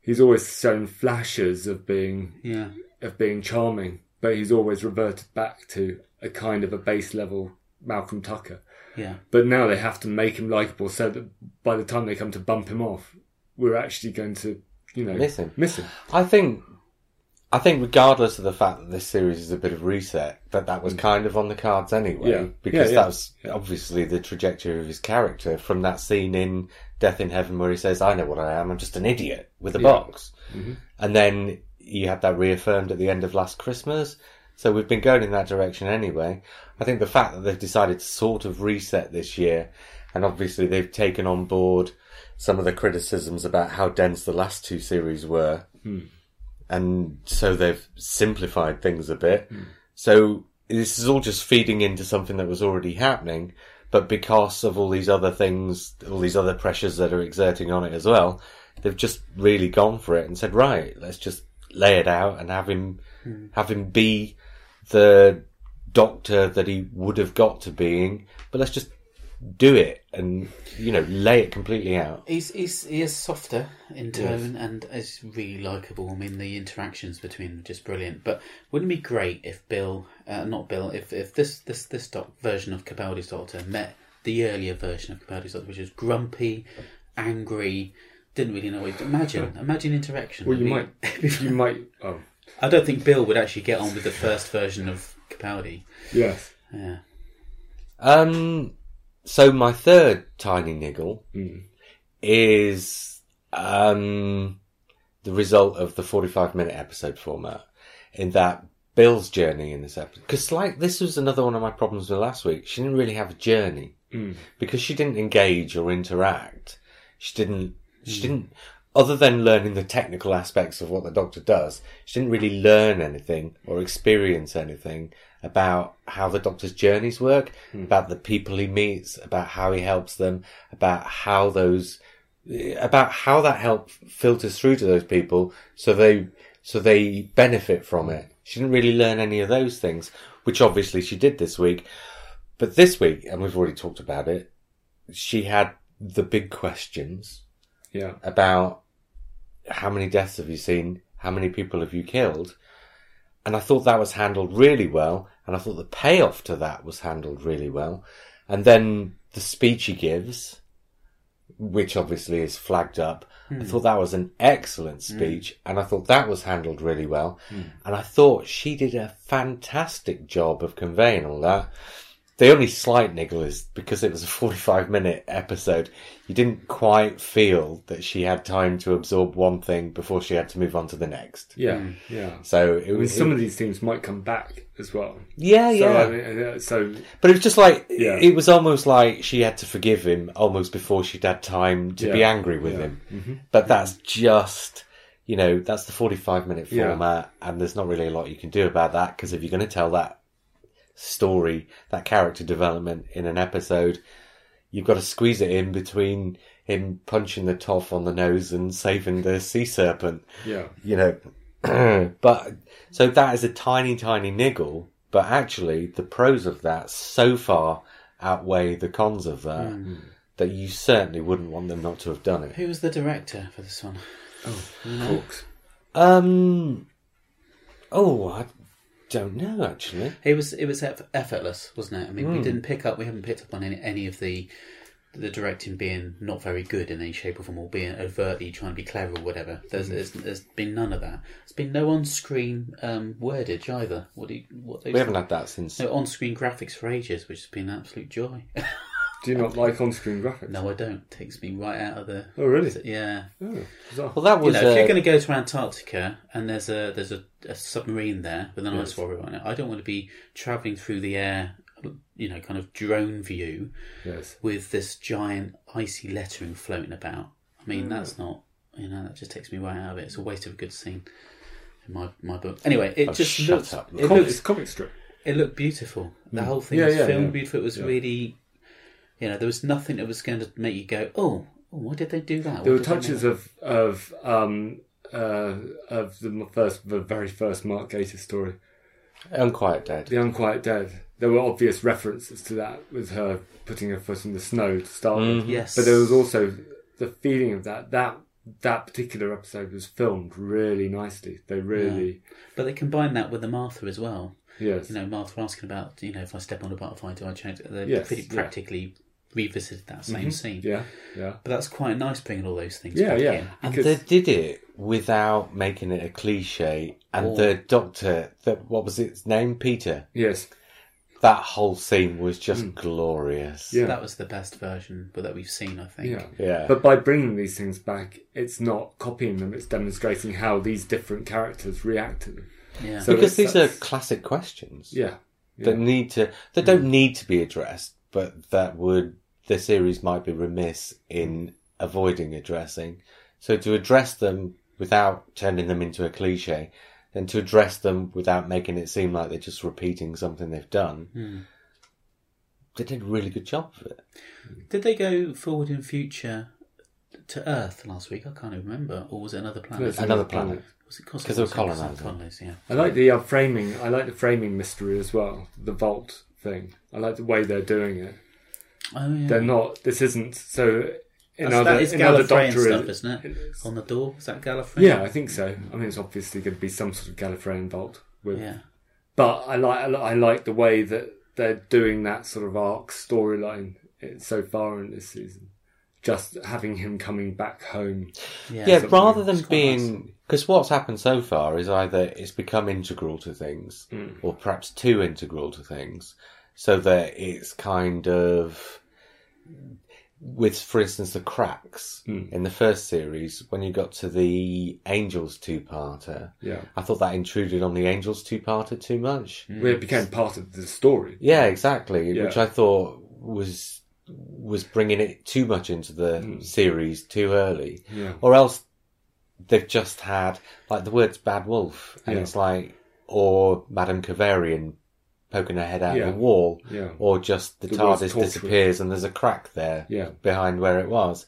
S3: He's always shown flashes of being
S2: Yeah.
S3: of being charming, but he's always reverted back to a kind of a base level Malcolm Tucker.
S2: Yeah.
S3: But now they have to make him likable so that by the time they come to bump him off, we're actually going to, you know,
S1: Miss him.
S3: Miss him.
S1: I think, I think, regardless of the fact that this series is a bit of reset, that that was kind of on the cards anyway,
S3: Mm. Yeah.
S1: because
S3: Yeah, yeah.
S1: that's obviously the trajectory of his character from that scene in Death in Heaven where he says, "I know what I am. I'm just an idiot with a box,"
S3: Mm-hmm.
S1: and then you had that reaffirmed at the end of last Christmas. So we've been going in that direction anyway. I think the fact that they've decided to sort of reset this year, and obviously they've taken on board some of the criticisms about how dense the last two series were and so they've simplified things a bit. So this is all just feeding into something that was already happening, but because of all these other things, all these other pressures that are exerting on it as well, they've just really gone for it and said, right, let's just lay it out and have him, have him be the doctor that he would have got to being, but let's just do it and, you know, lay it completely out.
S2: He's, he's he is softer in tone and is really likable. I mean, the interactions between them are just brilliant. But wouldn't it be great if Bill, uh, not Bill, if if this this this doc, version of Capaldi's Doctor met the earlier version of Capaldi's Doctor, which was grumpy, angry, didn't really know what. Imagine, imagine interaction.
S3: Well, you
S2: It'd
S3: might,
S2: be-
S3: you might. Oh,
S2: I don't think Bill would actually get on with the first version of Capaldi.
S3: yes.
S2: Yeah.
S1: Um, so my third tiny niggle is um, the result of the 45 minute episode format in that Bill's journey in this episode. Because, like, this was another one of my problems with last week. She didn't really have a journey because she didn't engage or interact. She didn't, she didn't, other than learning the technical aspects of what the doctor does, she didn't really learn anything or experience anything about how the doctor's journeys work, about the people he meets, about how he helps them, about how those about how that help filters through to those people so they so they benefit from it. She didn't really learn any of those things, which obviously she did this week. But this week, and we've already talked about it, she had the big questions
S3: Yeah.
S1: about how many deaths have you seen? How many people have you killed? And I thought that was handled really well. And I thought the payoff to that was handled really well. And then the speech he gives, which obviously is flagged up,
S3: Hmm.
S1: I thought that was an excellent speech. And I thought that was handled really well.
S3: Hmm.
S1: And I thought she did a fantastic job of conveying all that. The only slight niggle is because it was a 45 minute episode, you didn't quite feel that she had time to absorb one thing before she had to move on to the next.
S3: Yeah.
S2: Hmm.
S3: Yeah.
S1: So it
S3: I mean,
S1: was.
S3: some of these things might come back as well.
S1: yeah, yeah.
S3: So, I mean, uh, so
S1: but it was just like,
S3: Yeah.
S1: it was almost like she had to forgive him almost before she'd had time to be
S3: Yeah. Mm-hmm.
S1: angry with him. But that's just, you know, that's the 45 minute
S3: Yeah.
S1: format, and there's not really a lot you can do about that because if you're going to tell that story, that character development in an episode, you've got to squeeze it in between him punching the toff on the nose and saving the sea serpent
S3: yeah.
S1: you know. but so that is a tiny, tiny niggle, But actually, the pros of that so far outweigh the cons of that
S2: Hmm.
S1: that you certainly wouldn't want them not to have done it.
S2: Who was the director for this one?
S3: Hawks.
S1: Um. Oh, I don't know actually.
S2: It was it was eff- effortless, wasn't it? I
S1: Hmm.
S2: mean, we didn't pick up, we haven't picked up on any, any of the the directing being not very good in any shape or form, or being overtly trying to be clever or whatever. There's
S1: Hmm.
S2: there's, there's been none of that. There's been no on screen um, wordage either. What do you, what those,
S1: We haven't had that since.
S2: no on screen graphics for ages, which has been an absolute joy.
S3: Do you not like on-screen graphics?
S2: no, I don't. Takes me right out of the
S3: Oh, really?
S2: yeah.
S3: Oh, bizarre.
S1: Well, that
S2: You
S1: was
S2: know, if
S1: uh,
S2: you're going to go to Antarctica and there's a there's a, a submarine there with an
S3: Yes.
S2: ice warrior on it, I don't want to be traveling through the air, you know, kind of drone view
S3: Yes.
S2: with this giant icy lettering floating about. I
S3: Hmm.
S2: mean, that's not you know that just takes me right out of it. It's a waste of a good scene in my my book. Anyway, it
S1: Oh,
S2: just
S1: shut
S2: looks
S1: up.
S2: it
S3: Com-
S2: looks
S3: it's comic strip.
S2: it looked beautiful. The whole thing
S3: Hmm. Yeah,
S2: was
S3: yeah,
S2: filmed
S3: yeah.
S2: beautiful. It was really, you know, there was nothing that was going to make you go, oh, why did they do that?
S3: There
S2: Why did
S3: were
S2: they make
S3: touches
S2: that?"
S3: of of um uh of the first the very first Mark Gator story,
S1: Unquiet Dead.
S3: The Unquiet Dead. There were obvious references to that with her putting her foot in the snow to start with.
S2: yes,
S3: But there was also the feeling of that that that particular episode was filmed really nicely. They really
S2: But they combine that with the Martha as well.
S3: yes.
S2: You know, Martha asking about, you know, if I step on a butterfly, do I change? They
S3: Yes,
S2: pretty
S3: yeah. Mm-hmm.
S2: practically revisited that same scene.
S3: Yeah, yeah.
S2: But that's quite nice bringing all those things
S3: Yeah,
S2: back
S3: yeah.
S2: in.
S1: And
S3: Because-
S1: they did it without making it a cliche. And
S2: Oh.
S1: the doctor, the, what was its name? Peter.
S3: Yes.
S1: That whole scene was just
S2: Hmm.
S1: glorious.
S3: Yeah.
S2: That was the best version that we've seen, I think.
S3: Yeah.
S1: Yeah.
S3: But by bringing these things back, it's not copying them, it's demonstrating how these different characters react to them.
S2: Yeah.
S3: So
S1: because
S3: it's-
S1: these are
S3: that's-
S1: classic questions
S3: Yeah. Mm.
S1: that need to, that don't need to be addressed, but that would, the series might be remiss in avoiding addressing. So to address them without turning them into a cliche, and to address them without making it seem like they're just repeating something they've done,
S3: Mm.
S1: they did a really good job of it.
S2: Did they go forward in future to Earth last week? I can't even remember. Or was it another planet?
S3: There's
S1: Oh, Another planet.
S2: Was it Cosmos?
S1: 'Cause they were
S2: It was
S1: colonising.
S2: Cosmos, yeah.
S3: I like the uh, framing. I like the framing mystery as well. The vault thing. I like the way they're doing it.
S2: Oh, yeah.
S3: They're not. This isn't so. In
S2: That's-
S3: other,
S2: that is
S3: in other
S2: Gallifreyan
S3: Doctor,
S2: stuff,
S3: is,
S2: isn't it? On the door? Is that Gallifreyan?
S3: yeah, I think so. I mean, it's obviously going to be some sort of Gallifreyan vault. With,
S2: Yeah.
S3: But I like. I li- I like the way that they're doing that sort of arc storyline eh, so far in this season. Just having him coming back home.
S2: Yeah.
S1: Yeah,
S3: something
S1: rather than
S2: quite
S1: being because what's happened so far is either it's become integral to things, or perhaps too integral to things, so that it's kind of with, for instance, the cracks in the first series when you got to the Angels two-parter.
S3: Yeah,
S1: I thought that intruded on the Angels two-parter too much.
S3: where it became part of the story.
S1: Yeah, exactly.
S3: Hmm. Yeah.
S1: Which I thought was was bringing it too much into the series too early,
S3: Yeah.
S1: or else they've just had like the words "bad wolf" and
S3: Yeah.
S1: it's like or Madame Kavarian poking her head out
S3: Yeah.
S1: the wall,
S3: Yeah.
S1: or just the,
S3: The words
S1: TARDIS
S3: torture.
S1: disappears and there's a crack there
S3: Yeah.
S1: behind where it was,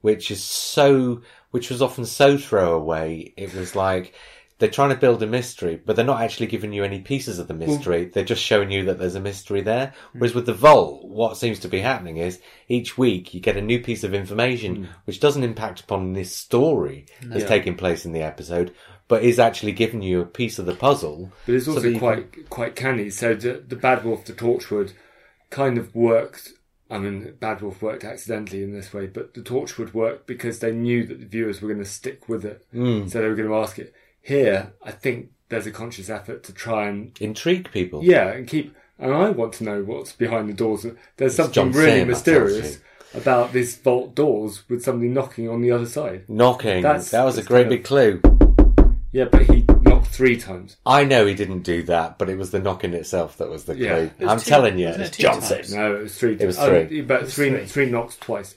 S1: which is so, which was often so throwaway. It was like they're trying to build a mystery, but they're not actually giving you any pieces of the mystery. they're just showing you that there's a mystery there.
S3: Hmm.
S1: Whereas with the vault, what seems to be happening is each week you get a new piece of information, which doesn't impact upon this story that's
S3: Hmm. Yeah.
S1: taking place in the episode, but is actually giving you a piece of the puzzle.
S3: But it's
S1: so
S3: also
S1: that you
S3: quite quite canny. So the, the Bad Wolf, the Torchwood, kind of worked. I mean, Bad Wolf worked accidentally in this way, but the Torchwood worked because they knew that the viewers were going to stick with it,
S1: Hmm.
S3: so they were going to ask it. Here, I think there's a conscious effort to try and
S1: can intrigue people.
S3: yeah, and keep. And I want to know what's behind the doors. There's something
S1: John
S3: really
S1: Sayre, that tells
S3: mysterious about these vault doors with somebody knocking on the other side.
S1: Knocking.
S3: That's-
S1: that was a
S3: that's
S1: great
S3: kind of-
S1: big clue.
S3: Yeah, but he knocked three times.
S1: I know he didn't do that, but it was the knocking itself that was the
S3: Yeah.
S1: clue.
S3: It
S2: was
S1: I'm
S2: two-
S1: telling you,
S2: wasn't it
S1: it's
S2: two
S1: Johnson.
S2: times?
S3: No, it was three.
S1: was
S3: times. Oh,
S1: three.
S3: but three,
S2: three.
S3: three knocks twice.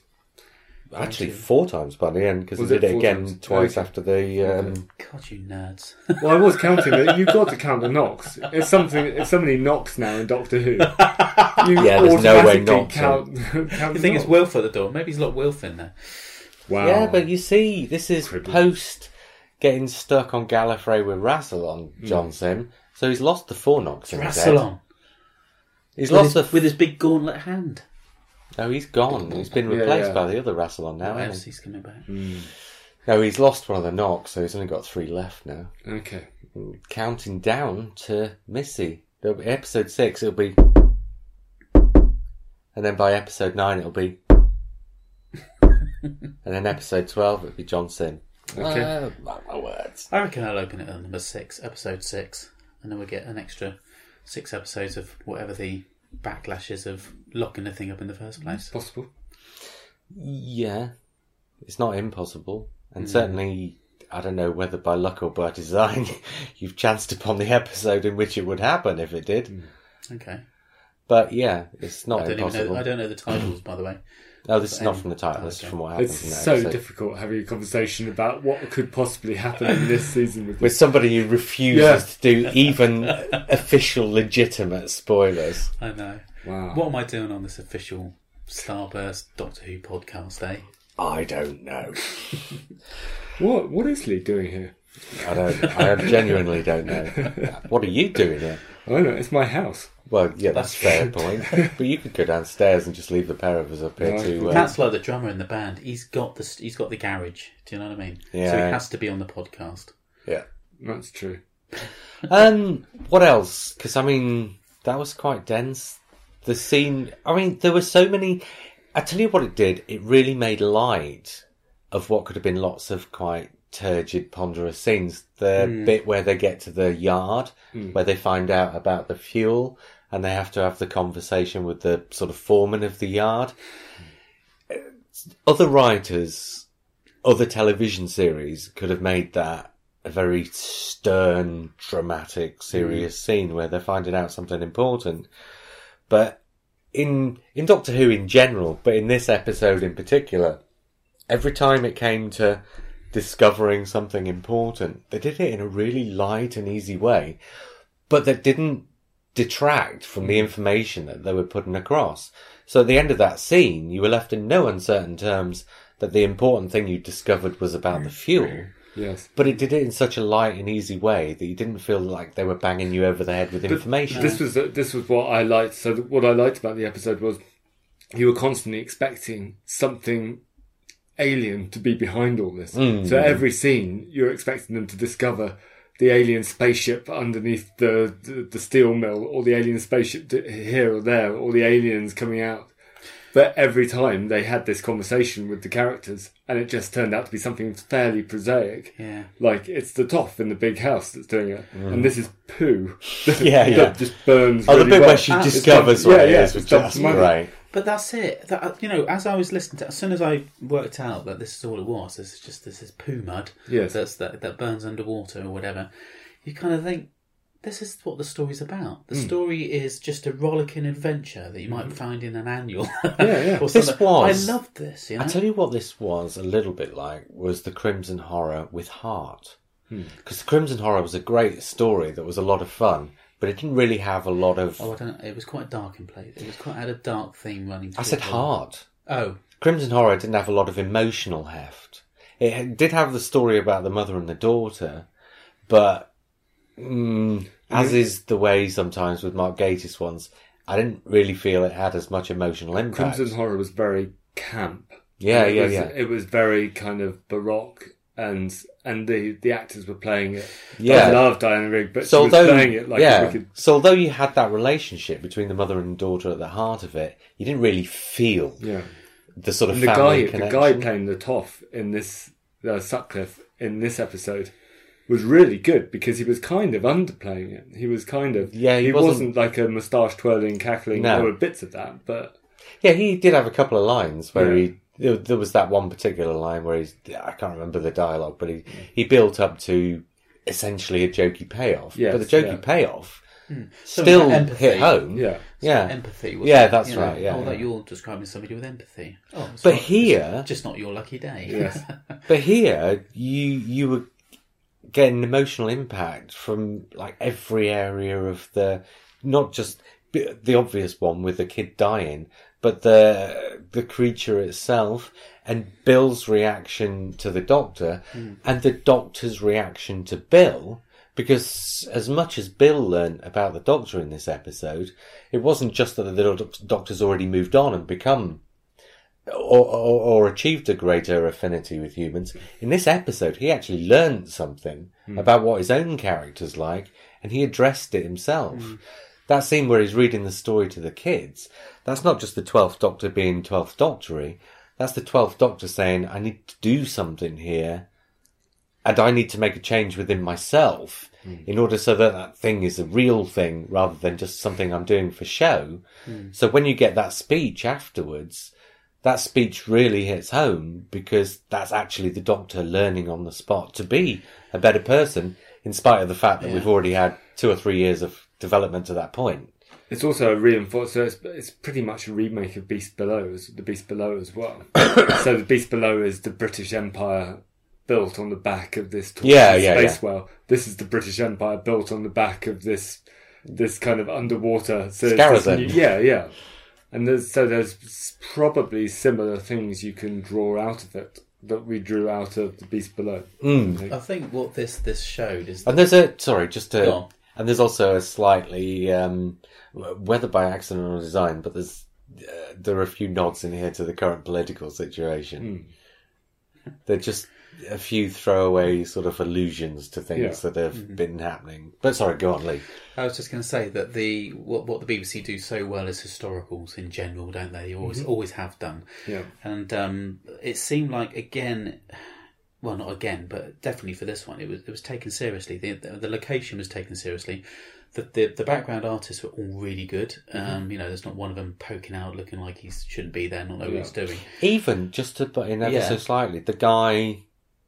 S1: Actually, four times by the end because he
S3: Was
S1: did
S3: it
S1: it
S3: four
S1: again
S3: times?
S1: twice
S3: Okay.
S1: after the. Um,
S2: God, you nerds.
S3: Well, I was counting it. You've got to count the knocks. If something, if somebody knocks now in Doctor Who, you
S1: Yeah, there's no way
S3: automatically
S1: not to.
S3: count. count
S2: The
S3: the
S2: thing is,
S3: knocks.
S2: Wilf at the door. Maybe he's locked Wilf in there.
S3: wow.
S1: Yeah, but you see, this is
S3: Cribbage. Hmm.
S1: post getting stuck on Gallifrey with Razzle on Johnson. So he's lost the forenox in his head.
S2: Rassilon.
S1: He's
S2: With,
S1: lost
S2: his-
S1: the. F-
S2: with his big gauntlet hand.
S1: no, he's gone. He's been
S3: Yeah,
S1: replaced
S3: yeah.
S1: by the other Rassilon now.
S2: What
S1: hasn't
S2: else
S1: he?
S2: he's coming back?
S1: No, he's lost one of the knocks, so he's only got three left now.
S3: Okay.
S1: Counting down to Missy. There'll be- Episode six, it'll be. And then by episode nine, it'll be. and then episode 12, it'll be John Sim.
S3: Okay.
S1: Uh, mark my words.
S2: I reckon I'll open it at number six, episode six, and then we get an extra six episodes of whatever the backlash is of locking the thing up in the first place.
S3: Possible.
S1: Yeah. It's not impossible. And
S2: Hmm.
S1: certainly, I don't know whether by luck or by design, you've chanced upon the episode in which it would happen if it did.
S2: Okay.
S1: But yeah, it's not
S2: Hmm. I don't even
S1: impossible.
S2: know. I don't know the titles, by the way.
S1: No, this is not from the title. This is
S2: Okay.
S1: from what happens
S3: It's
S1: in that
S3: so
S1: episode.
S3: difficult having a conversation about what could possibly happen in this season with
S1: With
S3: this.
S1: somebody who refuses
S3: Yeah.
S1: to do even official, legitimate spoilers.
S2: I know.
S3: Wow.
S2: What am I doing on this official Starburst Doctor Who podcast, eh?
S1: I don't know.
S3: What what is Lee doing here?
S1: I don't. I genuinely don't know. What are you doing here?
S3: I don't know. It's my house.
S1: Well, yeah, that's a fair point. But you could go downstairs and just leave the pair of us up here
S3: No, I
S1: to.
S3: think
S1: Uh,
S2: That's like the drummer in the band. He's got the he's got the garage. Do you know what I mean? So
S1: Yeah.
S2: he has to be on the podcast.
S1: yeah.
S3: That's true.
S1: Um. What else? Because I mean, that was quite dense. The scene. I mean, there were so many. I tell you what, it did. It really made light of what could have been lots of quite turgid, ponderous scenes. The bit where they get to the yard, where they find out about the fuel, and they have to have the conversation with the sort of foreman of the yard. Other writers, other television series could have made that a very stern, dramatic, serious scene where they're finding out something important. But in in Doctor Who in general, but in this episode in particular, every time it came to discovering something important, they did it in a really light and easy way, but that didn't detract from the information that they were putting across. So at the end of that scene, you were left in no uncertain terms that the important thing you discovered was about the fuel.
S3: Yes.
S1: But it did it in such a light and easy way that you didn't feel like they were banging you over the head with information.
S3: This was uh, this was what I liked. So th- what I liked about the episode was you were constantly expecting something alien to be behind all this. So every scene you're expecting them to discover the alien spaceship underneath the the, the steel mill, or the alien spaceship d- here or there, or the aliens coming out. But every time they had this conversation with the characters, and it just turned out to be something fairly prosaic.
S2: Yeah.
S3: Like it's the toff in the big house that's doing it, and this is poo.
S1: Mm. Yeah,
S3: that
S1: yeah.
S3: just burns.
S1: oh, the
S3: really
S1: bit
S3: well.
S1: where she
S3: Ah, it's
S1: discovers
S3: dumb-
S1: what it
S3: yeah, yeah,
S1: is was
S3: it's dumb
S1: just
S3: money.
S1: right.
S2: But that's it. That, uh, you know, as I was listening to, as soon as I worked out that this is all it was, this is just this is poo mud.
S3: Yes.
S2: That's that that burns underwater or whatever. You kind of think this is what the story's about.
S1: Hmm.
S2: The story is just a rollicking adventure that you might find in an annual.
S3: yeah.
S2: or
S1: This
S2: something.
S1: was-
S2: I loved this. You know.
S1: I tell you what, this was a little bit like was the Crimson Horror with heart,
S3: Hmm.
S1: because the Crimson Horror was a great story that was a lot of fun, but it didn't really have a lot of.
S2: Oh, I don't. It was quite dark in place. It was quite had a dark theme running.
S1: I
S2: through
S1: said
S2: it.
S1: heart.
S2: Oh,
S1: Crimson Horror didn't have a lot of emotional heft. It ha- did have the story about the mother and the daughter, but mm, as is the way sometimes with Mark Gatiss ones, I didn't really feel it had as much emotional impact.
S3: Crimson Horror was very camp.
S1: yeah,
S3: it
S1: yeah,
S3: was,
S1: yeah,
S3: It was very kind of baroque, and and the the actors were playing it. I
S1: yeah.
S3: love Diana Rigg, but
S1: So
S3: she was
S1: although,
S3: playing it like
S1: yeah,
S3: a wicked.
S1: so although you had that relationship between the mother and daughter at the heart of it, you didn't really feel
S3: Yeah.
S1: the sort of
S3: And the guy,
S1: family
S3: the
S1: connection.
S3: guy playing the toff in this uh, Sutcliffe in this episode was really good because he was kind of underplaying it. He was kind of
S1: Yeah, he
S3: He,
S1: wasn't-
S3: wasn't, like a moustache twirling, cackling.
S1: No.
S3: There were bits of that, but
S1: Yeah, he did have a couple of lines where
S3: Yeah.
S1: he. There there was that one particular line where he's. I can't remember the dialogue, but he, he built up to essentially a jokey payoff.
S3: Yes,
S1: but the jokey
S3: yeah. Hmm.
S1: payoff
S2: Some
S1: still
S2: empathy.
S1: hit home.
S3: yeah,
S1: Yeah.
S2: empathy. wasn't
S1: Yeah,
S2: it?
S1: that's
S2: You know,
S1: right, yeah,
S2: oh, that
S1: yeah.
S2: you're describing somebody with empathy. Oh, it's
S1: But
S2: not-
S1: here-
S2: just not your lucky day.
S3: yes.
S1: But here, you you were getting emotional impact from like every area of the, not just b- the obvious one with the kid dying, but the the creature itself and Bill's reaction to the doctor and the doctor's reaction to Bill. Because as much as Bill learned about the Doctor in this episode, it wasn't just that the little doc- Doctor's already moved on and become or, or, or achieved a greater affinity with humans. In this episode, he actually learned something about what his own character's like, and he addressed it himself. That scene where he's reading the story to the kids, that's not just the 12th Doctor being 12th Doctory, that's the 12th Doctor saying, I need to do something here and I need to make a change within myself in order so that that thing is a real thing rather than just something I'm doing for show. So when you get that speech afterwards, that speech really hits home because that's actually the doctor learning on the spot to be a better person, in spite of the fact that we've already had two or three years of development to that point.
S3: It's also a reinforced, so it's, it's pretty much a remake of Beast Below, as- the Beast Below as well. so the Beast Below is the British Empire built on the back of this tortured
S1: Yeah, yeah,
S3: space well. This is the British Empire built on the back of this this kind of underwater. So it's this
S1: Scarazone.
S3: new- yeah, yeah. And there's, so there's s- probably similar things you can draw out of it that we drew out of the Beast Below.
S1: Mm.
S2: I think what this this showed is
S1: And there's a sorry, just
S2: Go
S1: to
S2: on.
S1: and there's also a slightly um, whether by accident or design, but there's uh, there are a few nods in here to the current political situation.
S2: Hmm.
S1: They're just a few throwaway sort of allusions to things
S3: Yeah.
S1: that have
S2: Mm-hmm.
S1: been happening. But sorry, go on, Lee.
S2: I was just going to say that the what what the BBC do so well is historicals in general, don't they? They always always have done,
S3: Yeah.
S2: and um, it seemed like again, well, not again, but definitely for this one, it was it was taken seriously. The the, the location was taken seriously. The, the the background artists were all really good. Um, you know, there's not one of them poking out looking like he shouldn't be there, not know what he's doing.
S1: Even just to put in ever
S2: Yeah.
S1: so slightly, the guy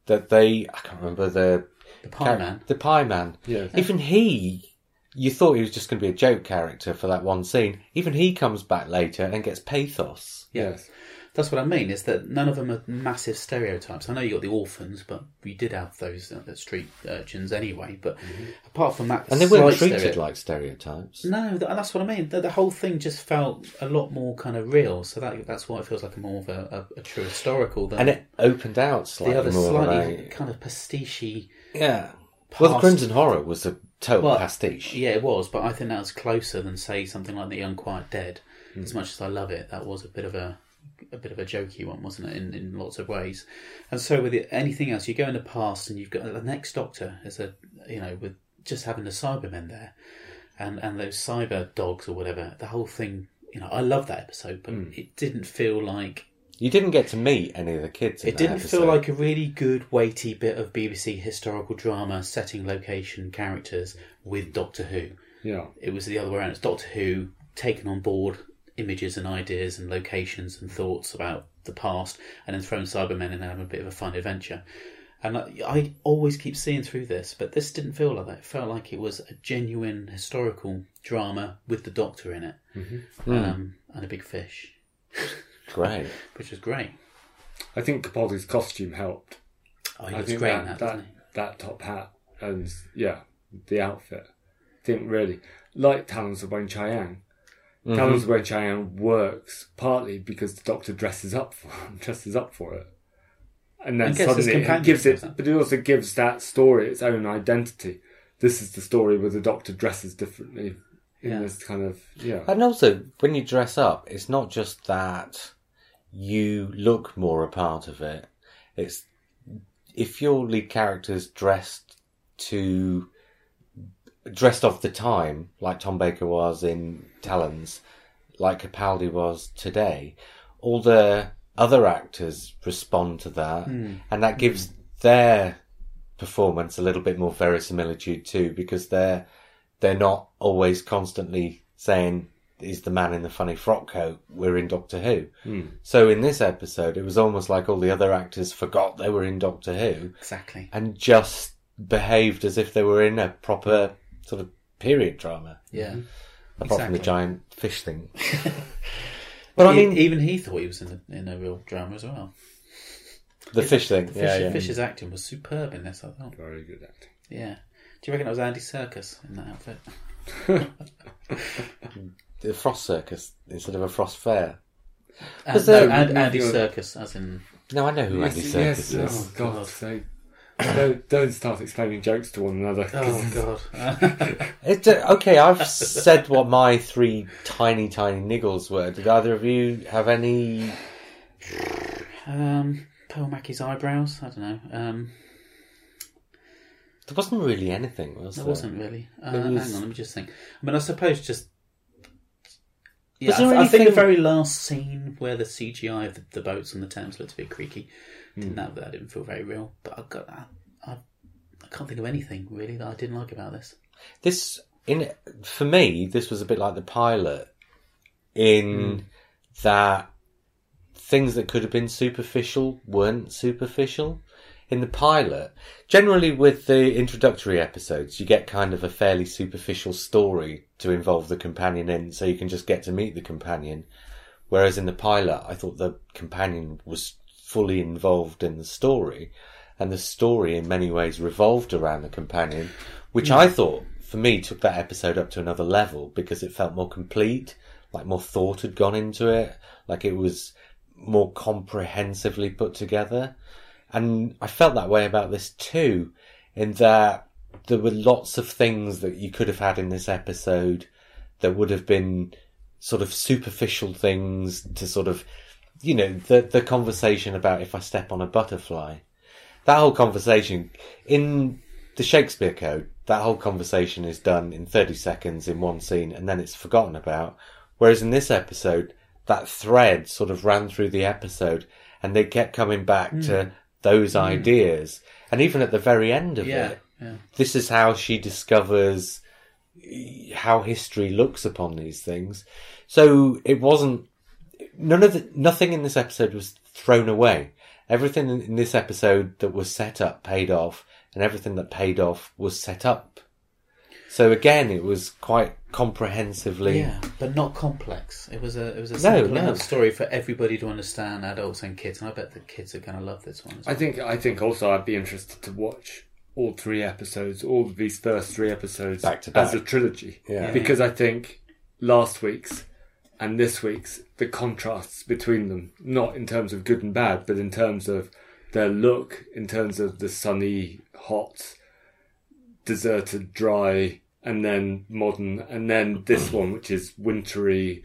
S1: that they I can't remember the
S2: The pie man.
S1: the pie man.
S3: Yeah.
S1: Even he, you thought he was just going to be a joke character for that one scene. Even he comes back later and gets pathos.
S3: Yes.
S2: That's what I mean, is that none of them are massive stereotypes. I know you got the orphans, but you did have those uh, the street urchins anyway. But apart from that,
S1: And they weren't
S2: slight
S1: treated
S2: stereo-
S1: like stereotypes.
S2: No, th- and that's what I mean. The, the whole thing just felt a lot more kind of real. So that that's why it feels like a more of a, a, a true historical than
S1: And it opened out
S2: the
S1: slightly
S2: other
S1: more.
S2: slightly
S1: like-
S2: kind of pastiche.
S1: yeah. Well, the
S2: past-
S1: Crimson Horror was a total
S2: Well,
S1: pastiche.
S2: Yeah, it was, but I think that was closer than say something like The Unquiet Dead. As much as I love it, that was a bit of a a bit of a jokey one, wasn't it? In in lots of ways. And so with it, anything else, you go in the past and you've got the next Doctor is a you know with just having the Cybermen there, and and those cyber dogs or whatever. The whole thing, you know, I love that episode, but it didn't feel like
S1: You didn't get to meet any of the kids. In
S2: it
S1: that
S2: didn't feel
S1: episode.
S2: like a really good, weighty bit of BBC historical drama, setting, location, characters with Doctor Who
S3: Yeah.
S2: it was the other way around. It's Doctor Who taken on board images and ideas and locations and thoughts about the past, and then thrown Cybermen and having a bit of a fun adventure. And I, I always keep seeing through this, but this didn't feel like that. It felt like it was a genuine historical drama with the Doctor in it, um, and a big fish,
S1: great.
S2: which was great.
S3: I think Capaldi's costume helped.
S2: Oh, he
S3: I
S2: was
S3: think
S2: great in that,
S3: that that,
S2: wasn't he?
S3: that top hat and yeah, the outfit. Didn't really like Talons of Wayne Chiang. Talons of Wayne Chiang works partly because the Doctor dresses up for dresses up for it, and then
S2: And gets his
S3: suddenly it
S2: companions
S3: gives
S2: or
S3: it,
S2: something.
S3: but it also gives that story its own identity. This is the story where the Doctor dresses differently in
S2: Yeah.
S3: this kind of yeah.
S1: And also, when you dress up, it's not just that you look more a part of it. It's if your lead character's dressed to dressed off the time, like Tom Baker was in Talons, like Capaldi was today, all the other actors respond to that, and that gives their performance a little bit more verisimilitude too, because they're they're not always constantly saying is the man in the funny frock coat we're in doctor who so in this episode it was almost like all the other actors forgot they were in doctor who
S2: Exactly.
S1: and just behaved as if they were in a proper sort of period drama
S2: Yeah.
S1: apart from the
S2: Exactly.
S1: giant fish thing but i mean
S2: E even he thought he was in, the, in a real drama as well.
S1: the fish thing
S2: Fisher,
S1: yeah, yeah.
S2: Fisher's acting was superb in this. I thought.
S3: Very good acting.
S2: Yeah. Do you reckon that was Andy Circus in that outfit?
S1: the frost circus instead of a frost fair
S2: And,
S1: Was there-
S2: no, and, Andy Circus, as in
S1: no i know who andy
S3: Yes,
S1: circus
S3: yes.
S1: is
S3: Oh God, so don't, don't start explaining jokes to one another. 'cause-
S2: Oh God!
S1: It's uh, okay. I've said what my three tiny, tiny niggles were. Did either of you have any?
S2: um, Pearl Mackie's eyebrows. I don't know. Um,
S1: There wasn't really anything, was
S2: there
S1: there?
S2: wasn't really. Uh,
S1: There was-
S2: Hang on, let me just think. I mean, I suppose just. Yeah,
S1: Was
S2: I,
S1: there
S2: th- I think the
S1: anything-
S2: very last scene where the CGI of the, the boats on the Thames looked a bit creaky.
S1: Hmm.
S2: Didn't that that didn't feel very real. But I got I, I, I can't think of anything really that I didn't like about this.
S1: This in for me, this was a bit like the pilot, in that things that could have been superficial weren't superficial. In the pilot, generally with the introductory episodes, you get kind of a fairly superficial story to involve the companion in, so you can just get to meet the companion. Whereas in the pilot, I thought the companion was fully involved in the story, and the story in many ways revolved around the companion, which I thought for me took that episode up to another level because it felt more complete, like more thought had gone into it, like it was more comprehensively put together. And I felt that way about this too, in that there were lots of things that you could have had in this episode that would have been sort of superficial things to sort of, you know, the, the conversation about if I step on a butterfly. That whole conversation in the Shakespeare Code, that whole conversation is done in 30 seconds in one scene and then it's forgotten about. Whereas in this episode, that thread sort of ran through the episode and they kept coming back to those ideas. And even at the very end of
S2: Yeah,
S1: it,
S2: yeah.
S1: this is how she discovers how history looks upon these things. So it wasn't none of the, nothing in this episode was thrown away. Everything in- in this episode that was set up paid off, and everything that paid off was set up. So again, it was quite comprehensively.
S2: Yeah, but not complex. It was a it was a
S1: No,
S2: simple
S1: no.
S2: enough story for everybody to understand, adults and kids. And I bet the kids are going to love this one. As
S3: I
S2: well.
S3: think I think also I'd be interested to watch all three episodes, all of these first three episodes
S1: Back to back.
S3: as a trilogy.
S1: Yeah.
S3: Because I think last week's and this week's the contrasts between them, not in terms of good and bad, but in terms of their look, in terms of the sunny, hot, deserted, dry, and then modern, and then this one, which is wintry,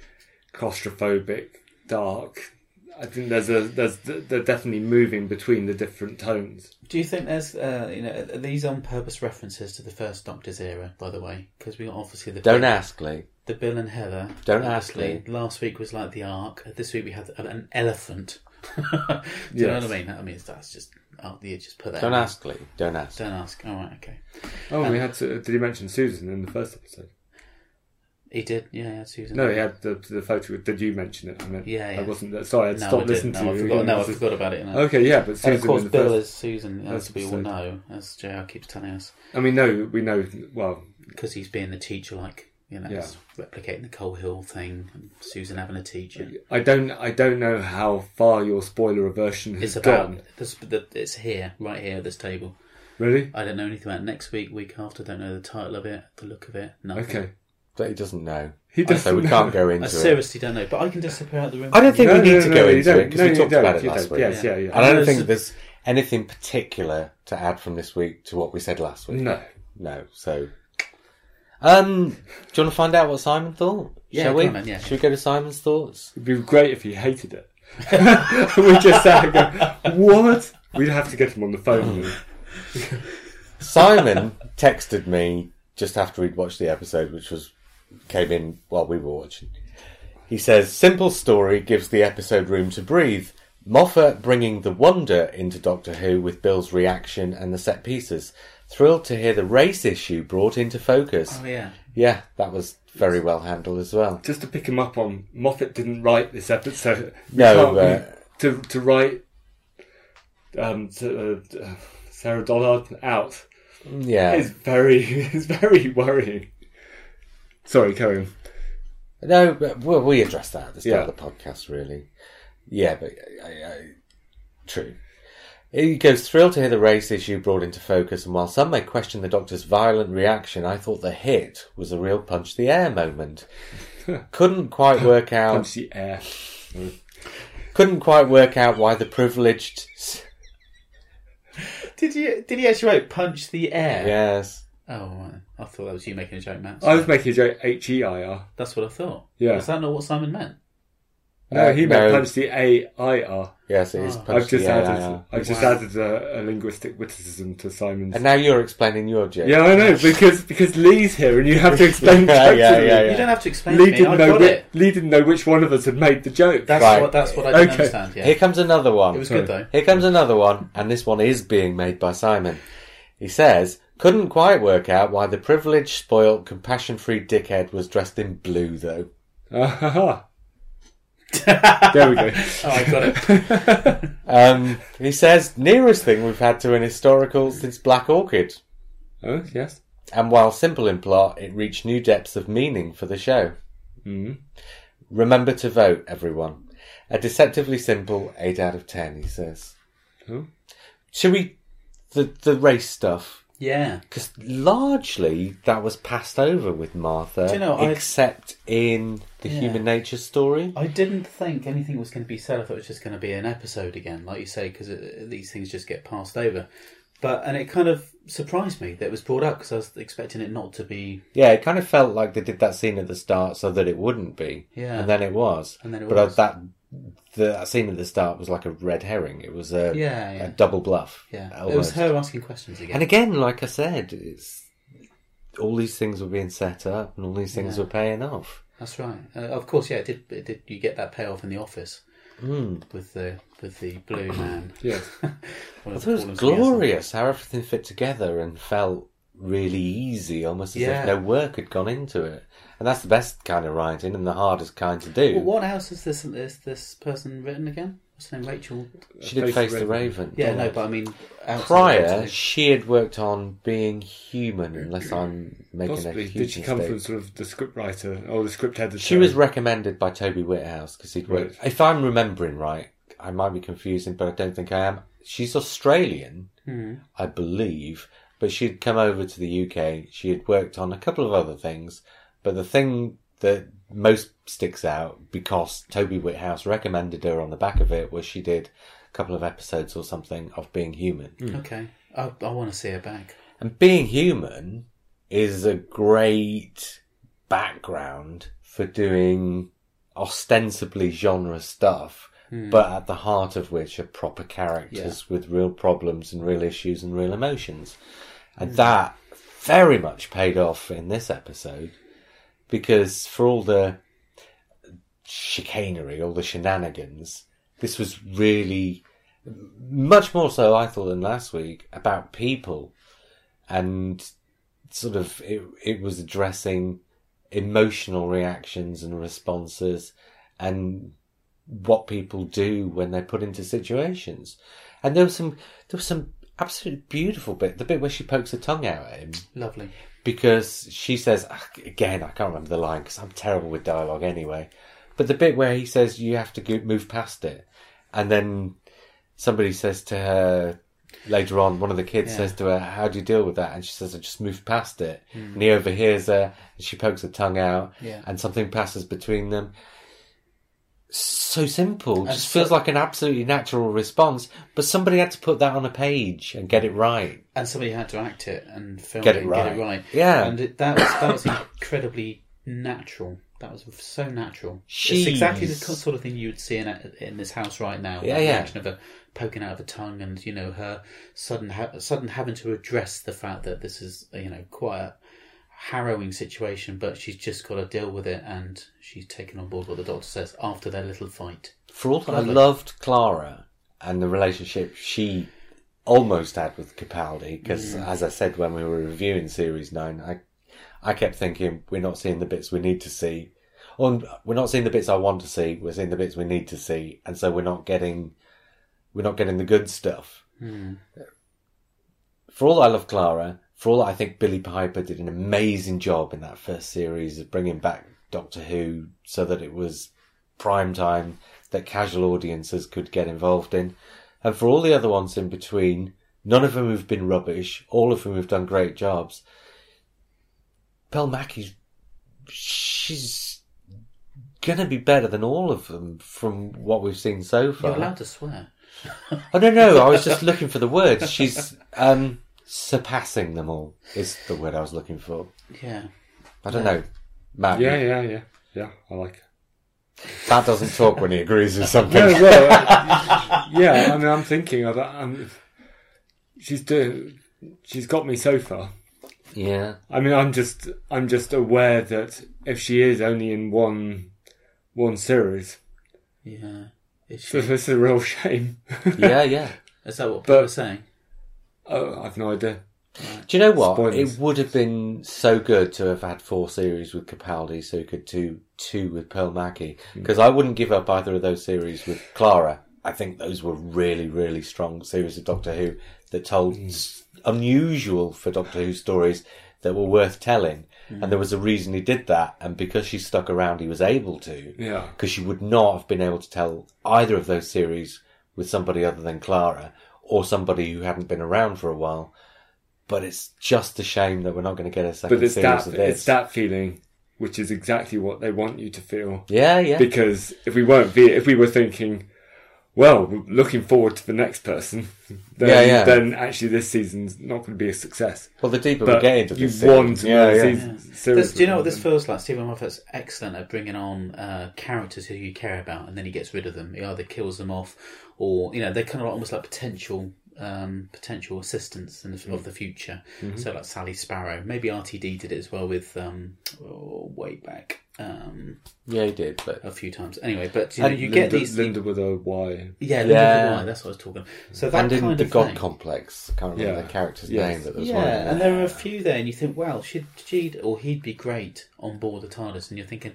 S3: claustrophobic, dark. I think there's a there's they're definitely moving between the different tones.
S2: Do you think there's uh, you know are these on purpose references to the first Doctor's era? By the way, because we got obviously the
S1: Don't
S2: Bill,
S1: ask Lee.
S2: the Bill and Heather.
S1: Don't ask
S2: Obviously, Last week was like the Ark. This week we had an elephant. Do you know
S3: Yes.
S2: what I mean? I mean that's just oh, you just put that.
S1: Don't
S2: in.
S1: ask Lee. Don't ask.
S2: Don't ask. All right. Okay.
S3: Oh, and we had to, did he mention Susan in the first episode?
S2: He did. Yeah. yeah Susan.
S3: No, he had the, the photo. Did you mention it? I meant,
S2: Yeah, yeah.
S3: I wasn't. there. Sorry, I'd
S2: No, I
S3: stopped
S2: didn't.
S3: listening
S2: no,
S3: to
S2: I
S3: you.
S2: forgot, no, I
S3: This is-
S2: forgot about it. No.
S3: Okay, yeah, but Susan
S2: And of course,
S3: in the
S2: Bill
S3: first.
S2: is Susan, as
S3: That's
S2: we all
S3: absurd.
S2: know, as JR keeps telling us,
S3: I mean, no, we know. Well,
S2: because he's being the teacher, like you know,
S3: Yeah.
S2: he's replicating the Cole Hill thing, and Susan having a teacher.
S3: I don't. I don't know how far your spoiler aversion has
S2: It's about
S3: gone.
S2: this, the, it's here, right here, at this table.
S3: Really?
S2: I don't know anything about next week, week after. Don't know the title of it, the look of it, nothing.
S3: Okay.
S1: But he doesn't know.
S3: He
S1: so
S3: doesn't
S1: we can't
S3: know.
S1: go
S2: I
S1: into it.
S2: seriously don't know, but I can disappear out the room.
S1: I don't think
S3: No,
S1: we need
S3: no,
S1: to
S3: no,
S1: go
S3: you
S1: into
S3: don't.
S1: it because
S3: No,
S1: we
S3: you
S1: talked
S3: don't.
S1: about it
S3: You
S1: last
S3: don't.
S1: week.
S3: Yes, yeah,
S1: I
S3: yeah.
S1: don't
S2: No,
S1: think
S2: it's-
S1: there's anything particular to add from this week to what we said last week.
S3: No.
S1: No. So, um, do you want to find out what Simon thought?
S2: Yeah,
S1: Shall we?
S2: come on, yeah.
S1: Should we go to Simon's thoughts?
S3: It'd be great if he hated it. we just sat and go, what? We'd have to get him on the phone. then.
S1: Simon texted me just after we'd watched the episode, which was came in while we were watching. He says, "Simple story gives the episode room to breathe. Moffat bringing the wonder into Doctor Who with Bill's reaction and the set pieces. Thrilled to hear the race issue brought into focus.
S2: Oh yeah,
S1: Yeah, that was very well handled as well.
S3: Just to pick him up on, Moffat didn't write this episode. We
S1: No,
S3: can't-
S1: uh,
S3: to to write um, to, uh, uh, Sarah Dollard out
S1: Yeah,
S3: is very is very worrying. Sorry, carry on.
S1: No, but we we addressed that at the start
S3: Yeah.
S1: of the podcast, really. Yeah, but I, I, true. He goes thrilled to hear the race issue brought into focus, and while some may question the Doctor's violent reaction, I thought the hit was a real punch the air moment. couldn't quite work
S3: Punch
S1: out.
S3: the air.
S1: Couldn't quite work out why the privileged.
S2: Did you? Did he actually write punch the air?
S1: Yes.
S2: Oh, right. I thought that was you making a joke, Matt.
S3: I was making a joke, H E I R.
S2: That's what I thought.
S3: Yeah.
S2: Is that not what Simon meant?
S3: No,
S1: Uh,
S3: he meant
S1: no.
S3: punch the A I R.
S1: Yes, it is.
S2: Oh.
S1: punch
S3: I've just
S1: the air,
S3: added,
S1: yeah.
S3: I've just
S2: Wow.
S3: added a, a linguistic witticism to Simon's.
S1: And now you're explaining your joke.
S3: yeah, I know because because Lee's here and you have to explain. the
S1: Yeah,
S3: joke to
S1: yeah,
S3: me.
S1: yeah, yeah.
S2: You don't have to explain
S3: Lee
S2: to me. I
S3: didn't know.
S2: got
S3: Which,
S2: it.
S3: Lee didn't know which one of us had made the joke.
S2: That's
S1: Right.
S2: what. That's what I didn't
S3: Okay.
S2: understand. Yeah.
S1: Here comes another one.
S2: It was
S3: Sorry.
S2: good though.
S1: Here comes another one, and this one is being made by Simon. He says, couldn't quite work out why the privileged, spoilt, compassion free dickhead was dressed in blue, though.
S3: Ah-ha-ha. there we go.
S2: Oh, I got it.
S1: Um, he says, nearest thing we've had to an historical since Black Orchid.
S3: Oh yes.
S1: And while simple in plot, it reached new depths of meaning for the show.
S3: Mm.
S1: Remember to vote, everyone. A deceptively simple 8 out of 10, he says.
S3: Oh.
S1: Should we. The, the race stuff.
S2: Yeah.
S1: Because largely that was passed over with Martha,
S2: Do you know, I-
S1: except in the
S2: Yeah.
S1: human nature story.
S2: I didn't think anything was going to be said. I thought it was just going to be an episode again, like you say, because these things just get passed over. But and it kind of surprised me that it was brought up because I was expecting it not to be.
S1: Yeah, it kind of felt like they did that scene at the start so that it wouldn't be,
S2: Yeah.
S1: and then it was.
S2: And then it
S1: but I-
S2: was.
S1: that that scene at the start was like a red herring. It was a,
S2: Yeah, yeah.
S1: a double bluff.
S2: Yeah, it was
S1: almost.
S2: her asking questions again.
S1: And again, like I said, it's all these things were being set up, and all these things
S2: Yeah.
S1: were paying off.
S2: That's right. Uh, of course, yeah. It did it did you get that payoff in the office with the with the blue man?
S3: Yes.
S2: One
S1: I thought
S2: of the
S1: it was
S2: fallen figures.
S1: glorious how everything fit together and felt really easy, almost as
S2: Yeah.
S1: if no work had gone into it. And that's the best kind of writing and the hardest kind to do.
S2: Well, what else is this? Is this person written again? What's her name? Rachel.
S1: she did Face the Raven.
S2: Yeah, no, but I mean, outside of
S1: Prior,
S2: Rachel-
S1: she had worked on being human, unless I'm making a
S3: Possibly.
S1: huge
S3: Did she come
S1: mistake.
S3: from sort of the script writer or the script editor?
S1: She was recommended by Toby Whithouse because he'd worked. If I'm remembering right, I might be confusing, but I don't think I am. She's Australian, I believe, but she'd come over to the UK. She had worked on a couple of other things, but the thing that most sticks out because Toby Whithouse recommended her on the back of it was she did a couple of episodes or something of Being Human.
S2: Okay, I, I want to see her back.
S1: And being human is a great background for doing ostensibly genre stuff, but at the heart of which are proper characters with real problems and real issues and real emotions. And that very much paid off in this episode because for all the chicanery, all the shenanigans, this was really much more so, I thought, than last week about people and sort of it, it was addressing emotional reactions and responses and what people do when they're put into situations. And there was some there was some absolutely beautiful bit, the bit where she pokes her tongue out at him
S2: Lovely.
S1: because she says "Ah, again I can't remember the line because I'm terrible with dialogue anyway. But the bit where he says you have to go, move past it, and then somebody says to her later on, one of the kids says to her, "How do you deal with that?" And she says, "I just moved past it." And he overhears her, and she pokes her tongue out,
S2: Hmm. Yeah.
S1: and something passes between them. So simple, just
S2: so-
S1: feels like an absolutely natural response. But somebody had to put that on a page and get it right.
S2: And somebody had to act it and film
S1: Get
S2: it,
S1: it
S2: and get
S1: right.
S2: it right.
S1: Yeah.
S2: and it, that was that was incredibly natural. That was so natural.
S1: She's-
S2: It's exactly the sort of thing you would see in a, in this house right now.
S1: Yeah,
S2: the
S1: yeah.
S2: reaction of her poking out of her tongue, and you know her sudden ha- sudden having to address the fact that this is you know quite a harrowing situation, but she's just got to deal with it, and she's taken on board what the doctor says after their little fight.
S1: For all that I loved Clara and the relationship she almost had with Capaldi, because as I said when we were reviewing Series 9, I, I kept thinking, we're not seeing the bits we need to see. Or we're not seeing the bits I want to see, we're seeing the bits we need to see, and so we're not getting we're not getting the good stuff. For all I love Clara, for all I think Billy Piper did an amazing job in that first series of bringing back Doctor Who so that it was prime time that casual audiences could get involved in. And for all the other ones in between, none of them have been rubbish. All of them have done great jobs. Bell Mackey, she's going to be better than all of them from what we've seen so
S2: You're
S1: far.
S2: allowed to swear.
S1: Oh no, no, I was just looking for the words. She's um, surpassing them all. Is the word I was looking for.
S2: Yeah.
S1: I don't know, Matt.
S3: Yeah, yeah, yeah, yeah. I like it.
S1: That doesn't talk when he agrees with something.
S3: Yeah, well, uh, yeah. I mean, I'm thinking of that. Um, she's doing. She's got me so far.
S1: yeah.
S3: I mean, I'm just, I'm just aware that if she is only in one, one series,
S2: Yeah. Is, she,
S3: so it's a real shame.
S1: Yeah, yeah.
S2: is that what people
S3: But-
S2: are saying?
S3: oh, I've no idea.
S1: Do you know what?
S3: Spoilers.
S1: It would have been so good to have had four series with Capaldi, so you could do two with Pearl Mackie. Because I wouldn't give up either of those series with Clara. I think those were really, really strong series of Doctor Who that told s unusual for Doctor Who stories that were worth telling. And there was a reason he did that, and because she stuck around, he was able to.
S3: Yeah.
S1: Because she would not have been able to tell either of those series with somebody other than Clara or somebody who hadn't been around for a while. But it's just a shame that we're not going to get a second
S3: But it's
S1: series
S3: that,
S1: of this.
S3: it's that feeling, which is exactly what they want you to feel.
S1: yeah, yeah.
S3: Because if we weren't, be, if we were thinking, well, we're looking forward to the next person, then,
S1: Yeah, yeah.
S3: then actually this season's not going to be a success.
S1: well, the deeper we
S3: But
S1: get into
S3: you
S1: this,
S3: want
S1: series, yeah,
S3: another
S1: yeah.
S3: season. series
S2: This- do you know what
S3: with
S2: this
S3: them.
S2: feels like? Stephen Moffat's excellent at bringing on uh, characters who you care about, and then he gets rid of them. He either kills them off, or you know they're kind of like, almost like potential um, potential assistants in the, of the future.
S1: Mm-hmm.
S2: So like Sally Sparrow, maybe RTD did it as well with um, oh, way back um,
S1: yeah, you did. But
S2: a few times. Anyway, but you know
S1: And
S2: you get
S3: Linda,
S2: these.
S3: Linda with a Y.
S2: yeah, Linda
S1: Yeah.
S2: Bly, that's what I was talking. So that
S1: and in
S2: kind
S1: the
S2: of
S1: God
S2: thing.
S1: Complex, can't remember
S3: Yeah.
S1: the character's
S3: Yes.
S1: name, but there was one.
S2: Yeah, and there are a few there, and you think, wow, she'd, she'd or he'd be great on board the TARDIS, and you're thinking,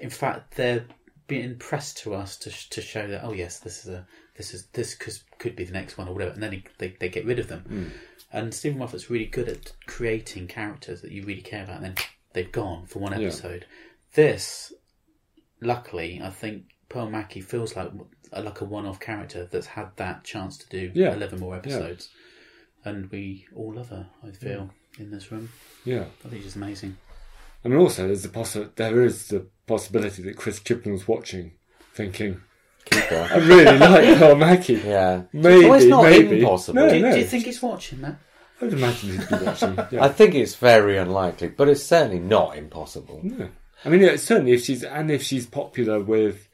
S2: in fact, they're being pressed to us to sh- to show that, oh yes, this is a this is this could, could be the next one or whatever, and then he, they they get rid of them. And Stephen Moffat's really good at creating characters that you really care about, and then they've gone for one episode. This, luckily, I think Pearl Mackie feels like like a one-off character that's had that chance to do
S3: Yeah.
S2: eleven more episodes and we all love her. I feel in this room.
S3: Yeah.
S2: I think she's amazing.
S3: I mean, also there's the possi- there is the possibility that Chris Chibnall's watching, thinking,
S1: Keeper.
S3: "I really like Carl Mackey."
S1: Yeah.
S3: Maybe,
S1: Well, it's not
S3: maybe.
S1: impossible.
S3: No,
S2: Do,
S3: no.
S2: do you think he's watching that?
S3: I would imagine he'd be watching. Yeah.
S1: I think it's very unlikely, but it's certainly not impossible.
S3: No. I mean, yeah, certainly if she's and if she's popular with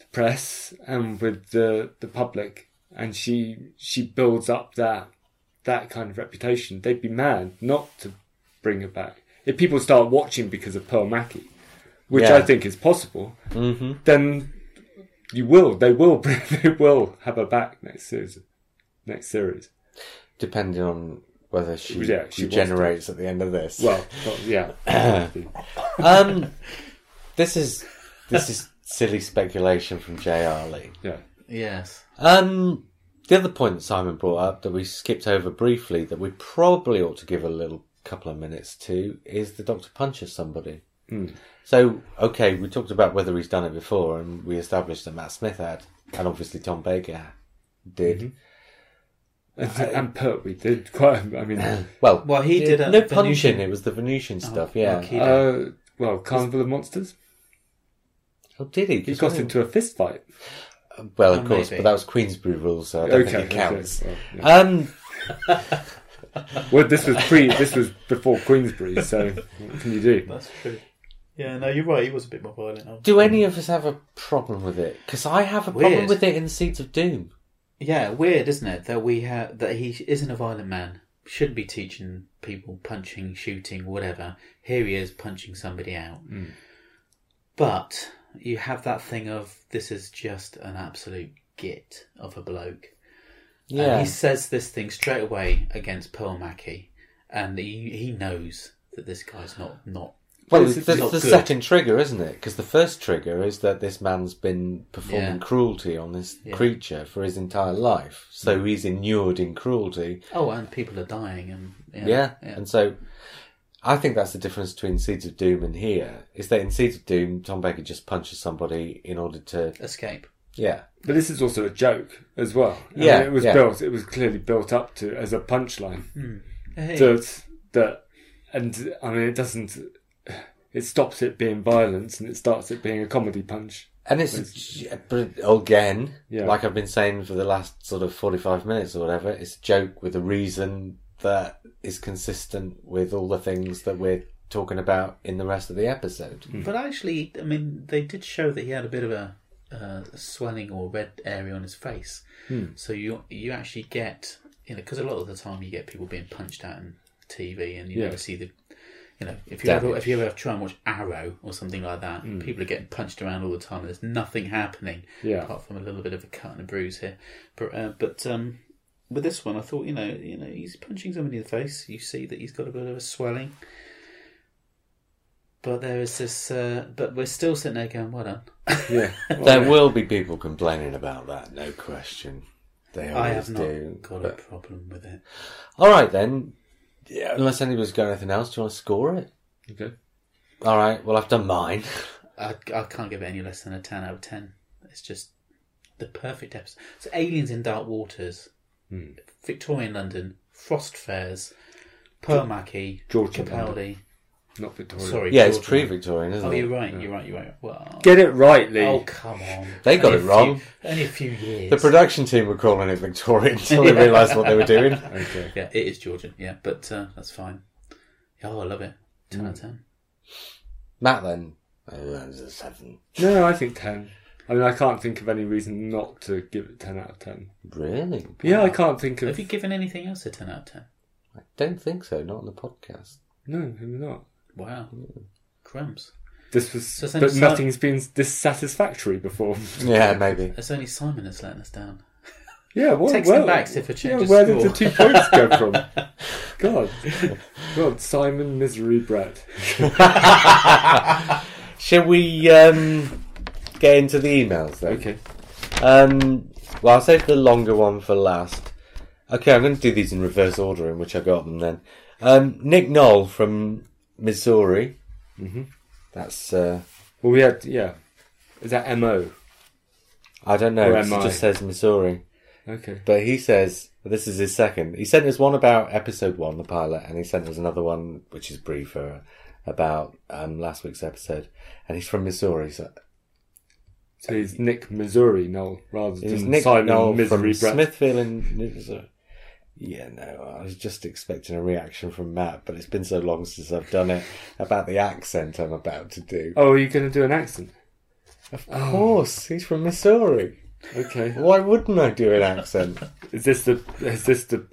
S3: the press and with the the public, and she she builds up that that kind of reputation, they'd be mad not to bring her back. If people start watching because of Pearl Mackie, which I
S1: Yeah.
S3: think is possible, then you will. They will. Bring, they will have her back next series. Next series.
S1: Depending on whether she,
S3: Yeah, she wants to.
S1: regenerates at the end of this.
S3: Well, not- yeah.
S1: Um, this is this is silly speculation from J.R. Lee.
S3: yeah.
S2: Yes.
S1: Um, the other point that Simon brought up that we skipped over briefly that we probably ought to give a little couple of minutes to is the Doctor punches somebody. So okay, we talked about whether he's done it before, and we established that Matt Smith had, and obviously Tom Baker did.
S3: And, and Pertwee did quite. I mean,
S1: Well,
S2: Well, he did uh, a
S1: no
S2: Venusian-
S1: punching. It was the Venusian stuff. Yeah.
S2: like he-
S3: uh, well, Carnival of Monsters.
S1: oh, did he?
S3: He
S1: 'Cause
S3: got
S1: when-
S3: into a fist fight.
S1: Well, of
S2: Oh,
S1: course,
S2: maybe.
S1: but that was Queensbury rules, so I don't
S3: okay,
S1: think it counts.
S3: okay, well,
S1: Um,
S3: yeah. Well, this was pre. This was before Queensbury. So what can you do?
S2: That's true. Yeah, no, you're right. He was a bit more violent. I-
S1: do any of us have a problem with it? Because I have a problem
S2: Weird.
S1: with it in Seeds of Doom.
S2: Yeah, weird, isn't it? That we have that he isn't a violent man. Shouldn't be teaching people punching, shooting, whatever. Here he is punching somebody out. But you have that thing of this is just an absolute git of a bloke.
S1: Yeah,
S2: And he says this thing straight away against Pearl Mackey, and he, he knows that this guy's not not.
S1: well,
S3: this
S1: it's
S3: is
S1: the,
S2: not
S1: the
S2: good.
S1: second trigger, isn't it? Because the first trigger is that this man's been performing
S2: Yeah.
S1: cruelty on this creature for his entire life, so he's inured in cruelty.
S2: Oh, and people are dying, and yeah,
S1: Yeah. and so I think that's the difference between Seeds of Doom and here is that in Seeds of Doom, Tom Baker just punches somebody in order to
S2: escape.
S1: yeah.
S3: But this is also a joke as well. I mean,
S1: Yeah,
S3: it was
S1: yeah.
S3: built. It was clearly built up to as a punchline.
S2: Hey.
S3: That that, and I mean, it doesn't. It stops it being violence and it starts it being a comedy punch.
S1: And it's but again,
S3: Yeah.
S1: like I've been saying for the last sort of forty-five minutes or whatever, it's a joke with a reason that is consistent with all the things that we're talking about in the rest of the episode.
S2: But actually, I mean, they did show that he had a bit of a, uh, a swelling or red area on his face.
S1: Hmm.
S2: So you you actually get you know because a lot of the time you get people being punched out on TV and you
S3: Yeah.
S2: never see the you know if you ever if you ever try and watch Arrow or something like that,
S1: Hmm.
S2: people are getting punched around all the time and there's nothing happening
S3: Yeah.
S2: apart from a little bit of a cut and a bruise here. But uh, but um, with this one, I thought you know you know he's punching somebody in the face. You see that he's got a bit of a swelling. But there is this, uh, but we're still sitting there going, "Well done."
S3: Yeah.
S1: There will be people complaining about that, no question. They
S2: I
S1: always
S2: have not
S1: do.
S2: got a
S1: but-
S2: problem with it.
S1: All right then. Yeah, unless anybody's got anything else, do you want to score it?
S3: Okay.
S1: All right. Well, I've done mine.
S2: I, I can't give it any less than a ten out of ten. It's just the perfect episode. So, aliens in dark waters,
S1: Hmm.
S2: Victorian London, frost fairs, Permaki,
S3: Georgian
S2: Capaldi.
S3: Not Victoria.
S2: Sorry,
S1: Yeah, it's
S2: Georgian.
S1: pre-Victorian, isn't
S2: Oh,
S1: it?
S2: you're right. You're right. You're right. Well,
S3: Get it right, Lee.
S2: oh come on,
S1: They got
S2: Only
S1: it
S2: a
S1: wrong.
S2: few- only a few years.
S1: The production team were calling it Victorian until they realised what they were doing.
S3: Okay.
S2: yeah, it is Georgian. Yeah, but uh, that's fine. Oh, I love it. Ten out of ten.
S1: Matt then. Oh, that was a seven.
S3: No, I think 10. I mean, I can't think of any reason not to give it 10 out of 10.
S1: Really?
S3: Yeah, I can't
S1: Mm.
S3: think
S2: Have
S3: of.
S2: you given anything else a ten out of ten?
S1: I don't think so. Not on the podcast.
S3: No, maybe not.
S2: Wow, crumbs.
S3: This was.
S2: So
S3: but
S2: since-
S3: nothing's been dissatisfactory before.
S1: Yeah, maybe.
S2: It's only Simon that's letting us down.
S3: Yeah, well,
S2: Takes
S3: well,
S2: them back if a
S3: yeah,
S2: change
S3: where did
S2: score.
S3: the two points go from? God, God, Simon, misery, Brett.
S1: Shall we um, get into the emails then?
S3: Okay,
S1: Um, well, I'll save the longer one for last. Okay, I'm going to do these in reverse order in which I got them then. Um, Nick Knoll from Missouri. Mm-hmm. That's, uh,
S3: well, we had yeah, is that mo?
S1: I don't know,
S3: Or
S1: it
S3: am I?
S1: just says Missouri.
S3: Okay,
S1: But he says, this is his second. He sent us one about episode one, the pilot, and he sent us another one, which is briefer, about um, last week's episode. And he's from Missouri, so
S3: so he's Nick Missouri Noel rather
S1: It was
S3: than
S1: Nick
S3: Hmm, Simon
S1: Knoll from
S3: Misery Brett.
S1: Smithfield and Missouri. Yeah, no, I was just expecting a reaction from Matt, but it's been so long since I've done it about the accent I'm about to do.
S3: Oh, are you going to do an accent?
S1: Of
S3: Oh.
S1: course, he's from Missouri.
S3: Okay,
S1: Why wouldn't I do an accent?
S3: is this the is this the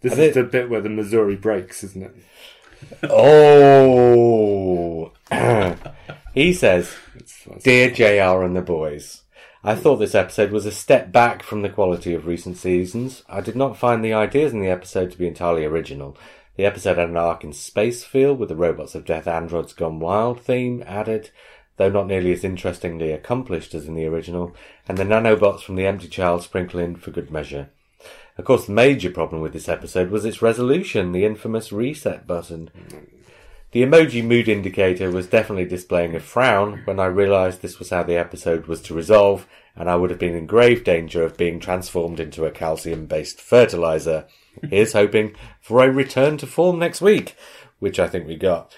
S3: this
S1: I
S3: is
S1: think-
S3: the bit where the Missouri breaks, isn't it?
S1: oh, he says,
S3: It's, it's-
S1: Dear JR and the boys, I thought this episode was a step back from the quality of recent seasons. I did not find the ideas in the episode to be entirely original. The episode had an arc in space feel with the robots of death androids gone wild theme added, though not nearly as interestingly accomplished as in the original, and the nanobots from the empty child sprinkle in for good measure. Of course, the major problem with this episode was its resolution, the infamous reset button. The emoji mood indicator was definitely displaying a frown when I realised this was how the episode was to resolve, and I would have been in grave danger of being transformed into a calcium based fertiliser. Here's hoping for a return to form next week, which I think we got.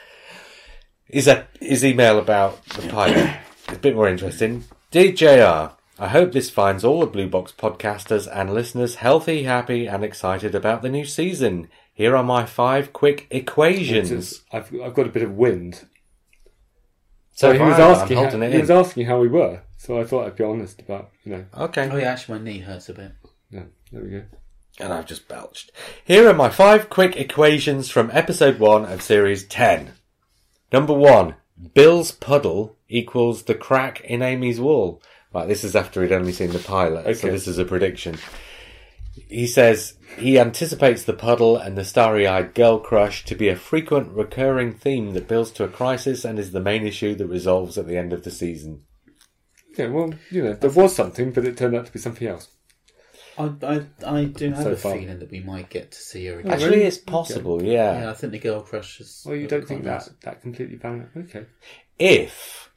S1: Is a his email about the pilot. It's a bit more interesting. Dear JR, I hope this finds all the Blue Box podcasters and listeners healthy, happy, and excited about the new season. Here are my five quick equations.
S3: it's- I've I've got a bit of wind.
S1: So
S3: he
S1: if
S3: was
S1: I- I'm
S3: asking.
S1: holding
S3: How,
S1: it
S3: he
S1: in.
S3: was asking how we were, so I thought I'd be honest about you know.
S1: Okay.
S2: Oh yeah, actually, my knee hurts a bit.
S3: Yeah, there we go.
S1: And I've just belched. Here are my five quick equations from episode one of series 10. Number one, Bill's puddle equals the crack in Amy's wall. Right, this is after he'd only seen the pilot, so
S3: Okay.
S1: this is a prediction. He says he anticipates the puddle and the starry eyed girl crush to be a frequent recurring theme that builds to a crisis and is the main issue that resolves at the end of the season.
S3: Yeah, well, you know, there was something, but it turned out to be something else.
S2: I, I, I do have
S3: So
S2: a
S3: far.
S2: feeling that we might get to see her again.
S1: Actually, it's possible, yeah.
S2: yeah, I think the girl crush is.
S3: Well, you don't think
S2: quite
S3: that that completely bang Okay.
S1: if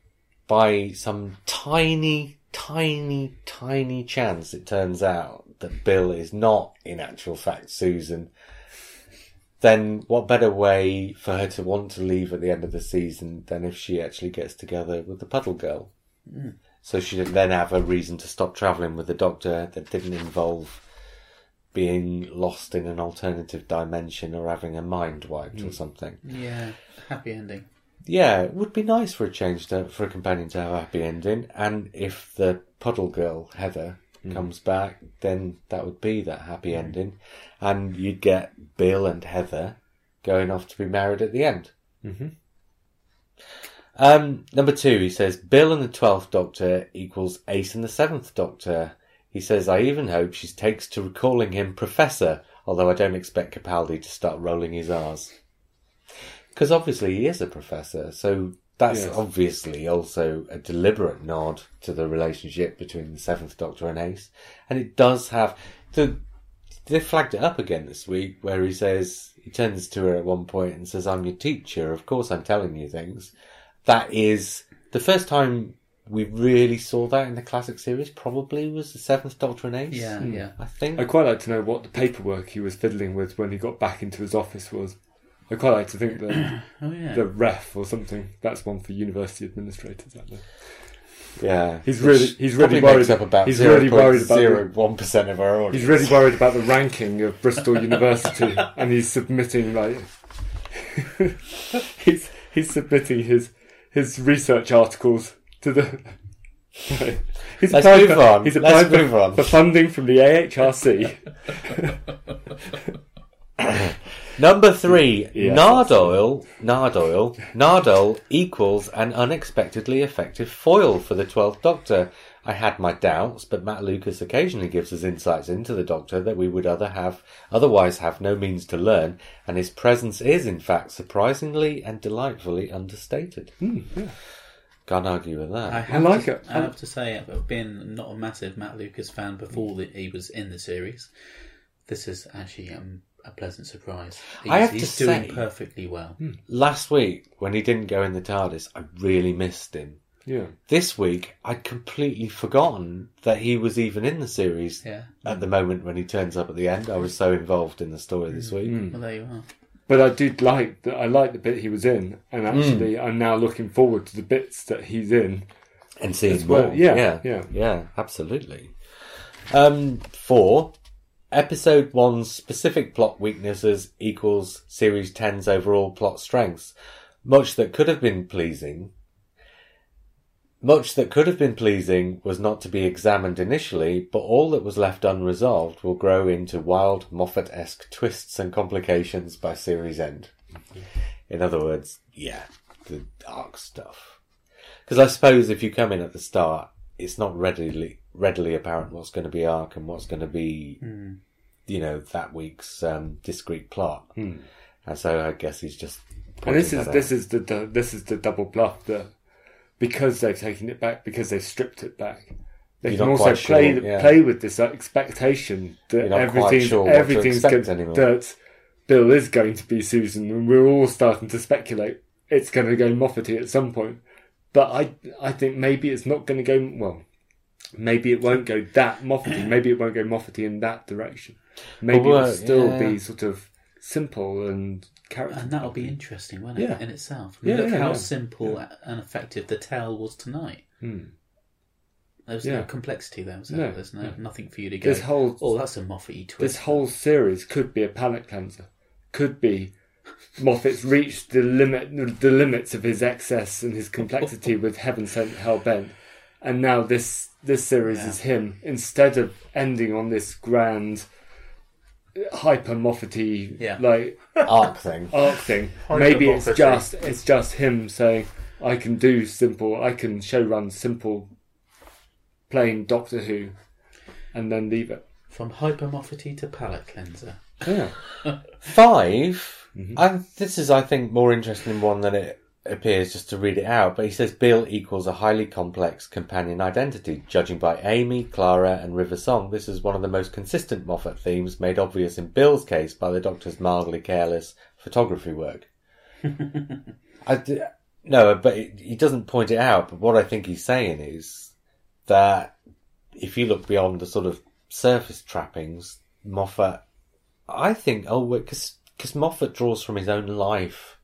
S1: by some tiny, tiny, tiny chance it turns out that Bill is not, in actual fact, Susan, then what better way for her to want to leave at the end of the season than if she actually gets together with the puddle girl? so she didn't then have a reason to stop traveling with the doctor that didn't involve being lost in an alternative dimension or having a mind wiped or something.
S2: Yeah, happy ending.
S1: Yeah, it would be nice for a change to, for a companion to have a happy ending, and if the puddle girl Heather comes back, then that would be that happy ending, and you'd get Bill and Heather going off to be married at the end. Um, number two, he says Bill and the Twelfth Doctor equals Ace and the Seventh Doctor. He says I even hope she takes to calling him Professor, although I don't expect Capaldi to start rolling his R's. Because obviously he is a professor, so that's
S3: Yes.
S1: obviously also a deliberate nod to the relationship between the Seventh Doctor and Ace, and it does have the. They flagged it up again this week, where he says he turns to her at one point and says, "I'm your teacher. Of course, I'm telling you things." that is the first time we really saw that in the classic series. Probably was the Seventh Doctor and Ace.
S2: Yeah, yeah.
S1: I think.
S3: I'd quite like to know what the paperwork he was fiddling with when he got back into his office was. I'd quite like to think that
S2: Oh yeah.
S3: the ref or something. That's one for university administrators. That there.
S1: Yeah,
S3: He's really- he's
S1: probably
S3: really worried-
S1: Makes up about
S3: he's really worried about the-
S1: one percent of our audience.
S3: He's really worried about the ranking of Bristol University, and he's submitting like he's he's submitting his his research articles to the.
S1: Let's
S3: He's applied
S1: move
S3: for,
S1: on.
S3: He's
S1: Let's
S3: applied for,
S1: move on.
S3: for funding from the AHRC.
S1: Number three,
S3: Yeah.
S1: Nardoil, Nardoil, Nardole equals an unexpectedly effective foil for the Twelfth Doctor. I had my doubts, but Matt Lucas occasionally gives us insights into the Doctor that we would other have otherwise have no means to learn, and his presence is, in fact, surprisingly and delightfully understated. Can't argue with that.
S2: I,
S3: I
S2: have
S3: like
S2: to,
S3: it.
S2: I have to say, I've been not a massive Matt Lucas fan before that he was in the series. This is actually um, a pleasant surprise. He's,
S1: have to
S2: he's doing
S1: say-
S2: perfectly well.
S3: Hmm.
S1: Last week, when he didn't go in the TARDIS, I really missed him.
S3: Yeah,
S1: this week I'd completely forgotten that he was even in the series
S2: Yeah.
S1: at the moment when he turns up at the end. I was so involved in the story this week.
S3: Mm.
S2: Well, there you are.
S3: but I did like that. I like the bit he was in, and actually,
S1: Hmm.
S3: I'm now looking forward to the bits that he's in.
S1: And seeing more.
S3: well, yeah,
S1: yeah.
S3: yeah.
S1: Yeah, absolutely. Um four. Episode one's specific plot weaknesses equals series 10's overall plot strengths. Much that could have been pleasing Much that could have been pleasing was not to be examined initially, but all that was left unresolved will grow into wild Moffat esque twists and complications by series end. In other words, yeah, the dark stuff. Because I suppose if you come in at the start, it's not readily readily apparent what's going to be arc and what's going to be,
S3: Hmm.
S1: you know, that week's um, discrete plot. And so I guess he's just.
S3: Hmm. And this
S1: pointing
S3: is
S1: that out.
S3: this is the du- this is the double bluff that because they've taken it back because they've stripped it back. They
S1: You're
S3: can
S1: not
S3: also
S1: quite
S3: play
S1: sure, yeah.
S3: play with this expectation
S1: You're
S3: that
S1: not quite
S3: everything
S1: sure what to
S3: everything's
S1: expect
S3: gonna-
S1: anymore.
S3: that Bill is going to be Susan, and we're all starting to speculate it's going to go Moffat at some point. But I I think maybe it's not going to go well. Maybe it won't go that Moffat. Maybe it won't go Moffat in that direction. Maybe
S1: Well,
S3: it'll still
S1: yeah.
S3: be sort of simple and character.
S2: And that'll be interesting, won't it?
S3: Yeah.
S2: In itself.
S3: Yeah,
S2: Look
S3: yeah,
S2: how
S3: yeah.
S2: simple and effective the tale was tonight. There was no
S3: Yeah.
S2: complexity there, was there?
S3: No,
S2: There's no, nothing for you to go.
S3: This whole-
S2: oh, that's a Moffat twist.
S3: this whole series could be a palate cleanser. Could be Moffat's reached the limit, the limits of his excess and his complexity with Heaven Sent, Hell Bent, and now this this series is him instead of ending on this grand hyper Moffat-y
S2: Yeah.
S3: like
S1: arc thing.
S3: arc thing. Maybe it's
S2: Hyper-Moffat-y.
S3: just it's just him saying, "I can do simple, I can show run simple, plain Doctor Who," and then leave it.
S2: From hyper Moffat to palate cleanser.
S3: Yeah.
S1: 5 and this is, I think, more interesting one than it appears just to read it out. But he says Bill equals a highly complex companion identity. Judging by Amy, Clara, and River Song, this is one of the most consistent Moffat themes made obvious in Bill's case by the Doctor's mildly careless photography work. I d- no, but it, he doesn't point it out. But what I think he's saying is that if you look beyond the sort of surface trappings, Moffat I think oh because because Moffat draws from his own life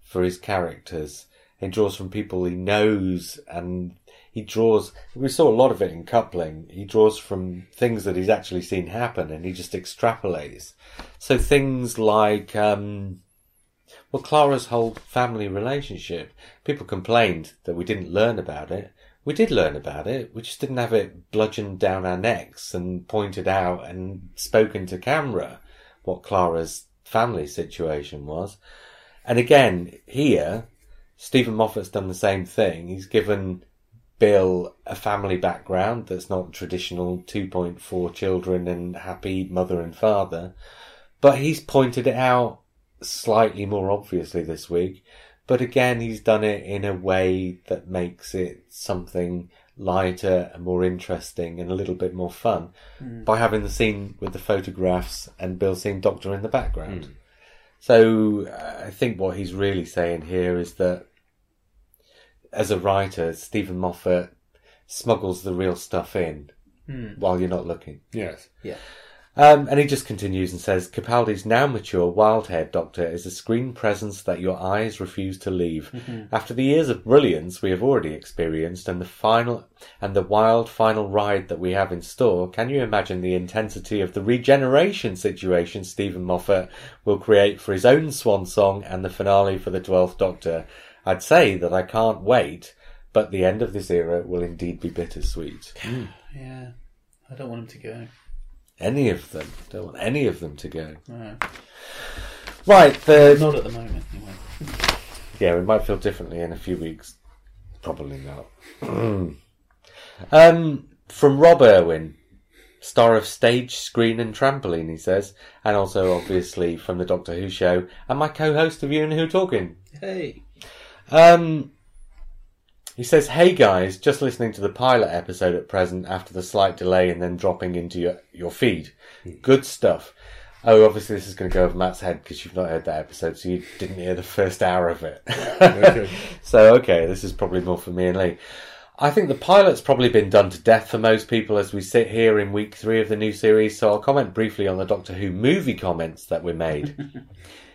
S1: for his characters. He draws from people he knows, and he draws. We saw a lot of it in coupling. He draws from things that he's actually seen happen, and he just extrapolates. So things like, um, well, Clara's whole family relationship. People complained that we didn't learn about it. We did learn about it. We just didn't have it bludgeoned down our necks and pointed out and spoken to camera what Clara's family situation was. And again, here, Stephen Moffat's done the same thing. He's given Bill a family background that's not traditional 2.4 children and happy mother and father, but he's pointed it out slightly more obviously this week. But again, he's done it in a way that makes it something lighter and more interesting and a little bit more fun by having the scene with the photographs and Bill seeing Doctor in the background. So uh, I think what he's really saying here is that as a writer, Stephen Moffat smuggles the real stuff in while you're not looking.
S3: Yes.
S2: Yeah.
S1: Um, and he just continues and says Capaldi's now mature, wild haired doctor is a screen presence that your eyes refuse to leave. After the years of brilliance we have already experienced and the final and the wild final ride that we have in store, can you imagine the intensity of the regeneration situation Stephen Moffat will create for his own swan song and the finale for the Twelfth Doctor? I'd say that I can't wait, but the end of this era will indeed be bittersweet.
S2: Yeah. I don't want him to go.
S1: Any of them. Don't want any of them to go.
S2: No.
S1: Right, the
S2: Not at the moment, anyway.
S1: Yeah, we might feel differently in a few weeks. Probably not. um, from Rob Irwin, star of stage, screen, and trampoline, he says, and also obviously from the Doctor Who show, and my co-host of You and Who Talking.
S2: Hey.
S1: Um, he says, "Hey guys, just listening to the pilot episode at present after the slight delay and then dropping into your your feed. Good stuff." Oh, obviously this is going to go over Matt's head because you've not heard that episode, so you didn't hear the first hour of it.
S3: Okay.
S1: So okay, this is probably more for me and Lee. I think the pilot's probably been done to death for most people as we sit here in week three of the new series, so I'll comment briefly on the Doctor Who movie comments that were made.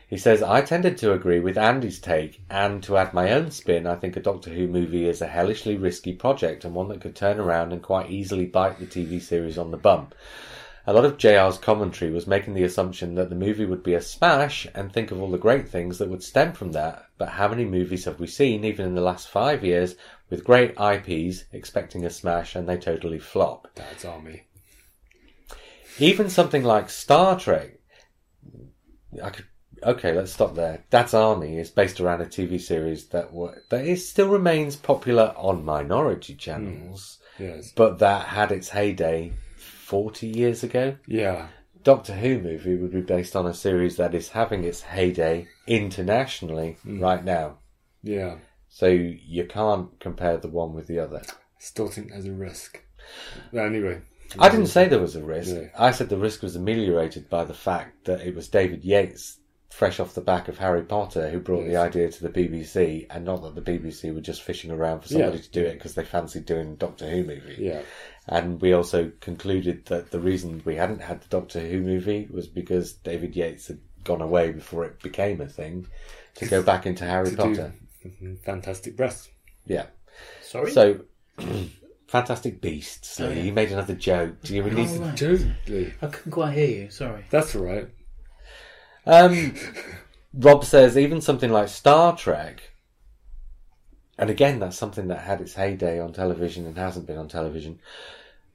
S1: He says, I tended to agree with Andy's take, and to add my own spin, I think a Doctor Who movie is a hellishly risky project and one that could turn around and quite easily bite the TV series on the bum. A lot of JR's commentary was making the assumption that the movie would be a smash and think of all the great things that would stem from that. But how many movies have we seen, even in the last five years, with great IPs expecting a smash and they totally flop?
S3: That's army.
S1: even something like Star Trek, I could. Okay, let's stop there. Dad's Army is based around a TV series that wa- that is still remains popular on minority channels,
S3: Yes.
S1: but that had its heyday forty years ago.
S3: Yeah.
S1: Doctor Who movie would be based on a series that is having its heyday internationally right now.
S3: Yeah.
S1: So you can't compare the one with the other.
S3: Still think there's a risk. Anyway.
S1: I didn't say there was a risk.
S3: Yeah.
S1: I said the risk was ameliorated by the fact that it was David Yates, fresh off the back of Harry Potter, who brought the
S3: Yes.
S1: idea to the BBC, and not that the BBC were just fishing around for somebody
S3: Yeah.
S1: to do it because they fancied doing a Doctor Who movie.
S3: Yeah.
S1: And we also concluded that the reason we hadn't had the Doctor Who movie was because David Yates had gone away before it became a thing to go back into Harry
S3: To
S1: Potter.
S3: do fantastic breasts.
S1: Yeah.
S2: Sorry?
S1: So. Fantastic Beasts. Lee. You made another joke. Do you release
S2: All Oh, right.
S3: Totally.
S2: I couldn't quite hear you, sorry.
S3: That's all right.
S1: Um, Rob says even something like Star Trek, and again that's something that had its heyday on television and hasn't been on television,